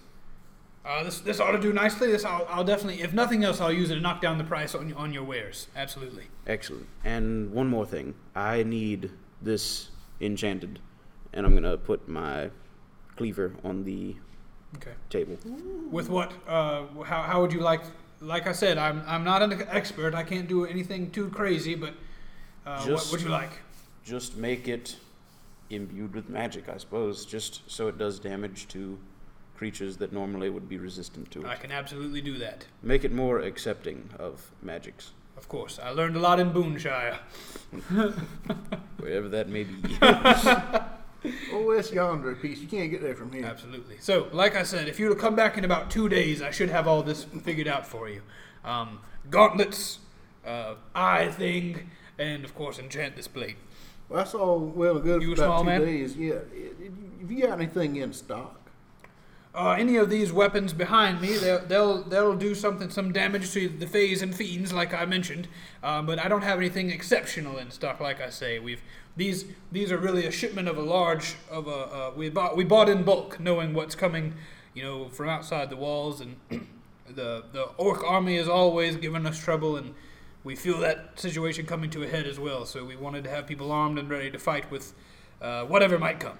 S1: uh, "This this ought to do nicely. This I'll, I'll definitely. If nothing else, I'll use it to knock down the price on on your wares. Absolutely.
S4: Excellent. And one more thing. I need this enchanted, and I'm gonna put my cleaver on the
S1: Okay.
S4: table.
S1: With what? Uh, how, how would you like? Like I said, I'm I'm not an expert. I can't do anything too crazy. But uh, what
S4: Just-
S1: would you like?
S4: Just make it imbued with magic, I suppose, just so it does damage to creatures that normally would be resistant to it.
S1: I can absolutely do that.
S4: Make it more accepting of magics,
S1: Of course. I learned a lot in Boonshire.
S4: wherever that may be.
S2: Oh, it's yonder piece. You can't get there from here.
S1: Absolutely. So, like I said, if you were to come back in about two days, I should have all this figured out for you. Um, gauntlets, uh, eye thing, and of course, enchant this blade.
S2: Well, that's all well and good
S1: You a
S2: for about
S1: small man?
S2: two days. Yeah. It- it- If you got anything in stock,
S1: Uh, any of these weapons behind me, they'll, they'll, they'll do something, some damage to the fays and fiends, like I mentioned. Uh, but I don't have anything exceptional in stock, like I say. We've these these are really a shipment of a large of a uh, we bought we bought in bulk, knowing what's coming, you know, from outside the walls. And <clears throat> the the orc army is always giving us trouble, and we feel that situation coming to a head as well. So we wanted to have people armed and ready to fight with uh, whatever might come.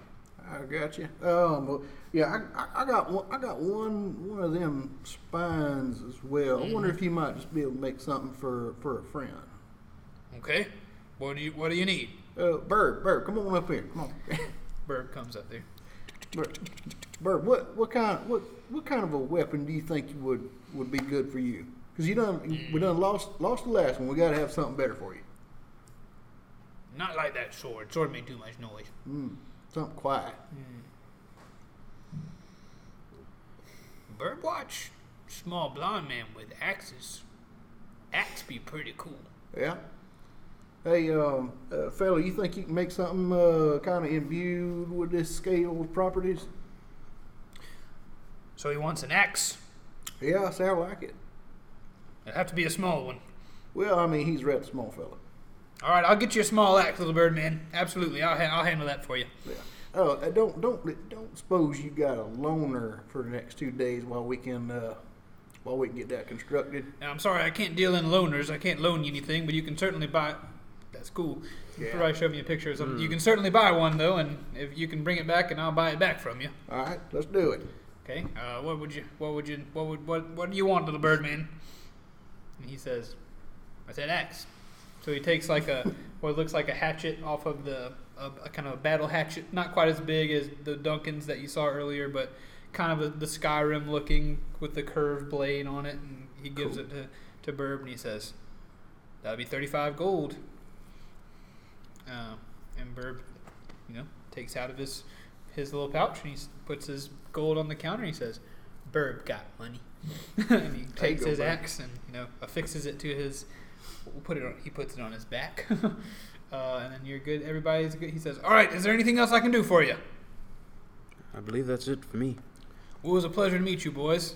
S2: I got you. Um, but yeah, I, I, I got one, I got one one of them spines as well. I wonder if you might just be able to make something for for a friend.
S1: Okay, what do you what do you need?
S2: Uh, Bird, Bird, come on up here. Come on, <laughs>
S1: Bird comes up there.
S2: Bird. Bird, what what kind what what kind of a weapon do you think you would would be good for you? Because you done we done lost lost the last one. We got to have something better for you.
S1: Not like that sword. Sword made too much noise.
S2: Mm, something quiet.
S1: Birdwatch, small blonde man with axes. Axe be pretty cool.
S2: Yeah. Hey, um, uh, fella, you think you can make something uh, kind of imbued with this scaled properties?
S1: So he wants an axe.
S2: Yeah, sound like it.
S1: It'd have to be a small one.
S2: Well, I mean, he's a rather small fella.
S1: All right, I'll get you a small axe, little bird man. Absolutely, I'll, ha- I'll handle that for you.
S2: Yeah. Oh, uh, don't don't don't suppose you got a loner for the next two days while we can uh, while we can get that constructed.
S1: Now, I'm sorry, I can't deal in loaners. I can't loan you anything, but you can certainly buy. That's cool. You
S2: Yeah.
S1: Probably show me a picture or something. You can certainly buy one though, and if you can bring it back, and I'll buy it back from you.
S2: All right, let's do it.
S1: Okay. Uh, what would you? What would you? What would? What? What do you want, little birdman? And he says, "I said axe." So he takes like a what looks like a hatchet off of the a, a kind of a battle hatchet, not quite as big as the Duncans that you saw earlier, but kind of a, the Skyrim looking with the curved blade on it, and he gives it to to Burb, and he says, "That'll be thirty-five gold." Uh, and Burb, you know, takes out of his his little pouch and he s- puts his gold on the counter. and He says, "Burb got money." <laughs> and he takes
S2: go,
S1: his
S2: Burb.
S1: axe and you know affixes it to his. We'll put it on. He puts it on his back, <laughs> Uh, and then you're good. Everybody's good. He says, "All right, is there anything else I can do for you?"
S4: I believe that's it for me.
S1: Well, it was a pleasure to meet you, boys.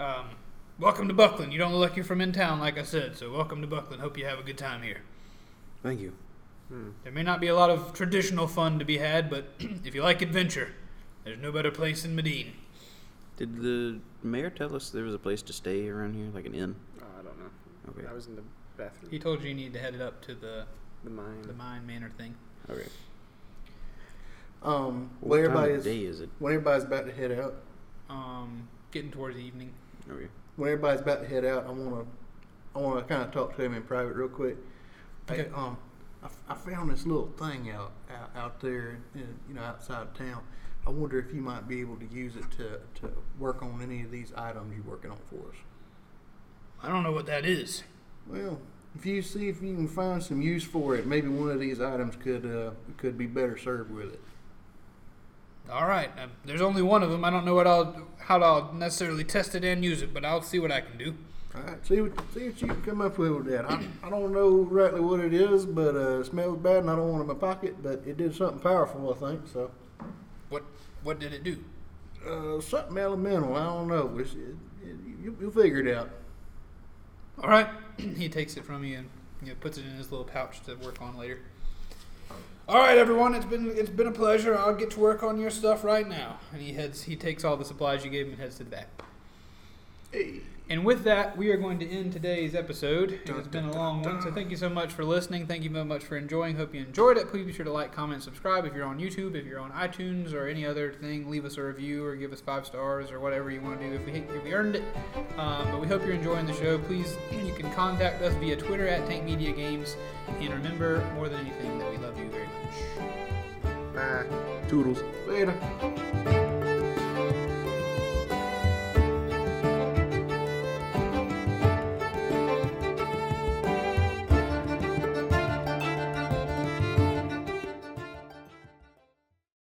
S1: Um, welcome to Buckland. You don't look like you're from in town, like I said. So welcome to Buckland. Hope you have a good time here.
S4: Thank you.
S3: Hmm.
S1: There may not be a lot of traditional fun to be had, but <clears throat> if you like adventure, there's no better place than Medine.
S4: Did the mayor tell us there was a place to stay around here, like an inn?
S3: Oh, I don't know.
S4: Okay.
S3: I was in the bathroom.
S1: He told you you need to head it up to the
S3: the mine.
S1: the mine manor thing.
S4: Okay.
S2: Um, when
S4: What time
S2: everybody
S4: of
S2: is
S4: day is it?
S2: when everybody's about to head out,
S1: Um, getting towards evening.
S4: Okay.
S2: when everybody's about to head out, I wanna I wanna kind of talk to him in private real quick. Hey,
S1: Okay.
S2: um, I, f- I found this little thing out out, out there, in, you know, outside of town. I wonder if you might be able to use it to to work on any of these items you're working on for us.
S1: I don't know what that is.
S2: Well, if you see if you can find some use for it, maybe one of these items could uh, could be better served with it.
S1: All right, uh, there's only one of them. I don't know what I'll how I'll necessarily test it and use it, but I'll see what I can do.
S2: All right, see what see what you can come up with with that. I, I don't know rightly what it is, but uh, it smells bad, and I don't want it in my pocket. But it did something powerful, I think. So
S1: What what did it do?
S2: uh, something elemental. I don't know. It's, it, it, you, you'll figure it out.
S1: All right, <clears throat> he takes it from you and you know, puts it in his little pouch to work on later. All right, everyone, it's been it's been a pleasure. I'll get to work on your stuff right now. And he heads. He takes all the supplies you gave him and heads to the back. And with that, we are going to end today's episode. It has been a long one, so thank you so much for listening. Thank you so much for enjoying. Hope you enjoyed it. Please be sure to like, comment, subscribe. If you're on YouTube, if you're on iTunes or any other thing, leave us a review or give us five stars or whatever you want to do if we, if we earned it. Um, but we hope you're enjoying the show. Please, you can contact us via Twitter at Tank Media Games. And remember, more than anything, that we love you very much.
S3: Bye.
S4: Toodles.
S2: Later.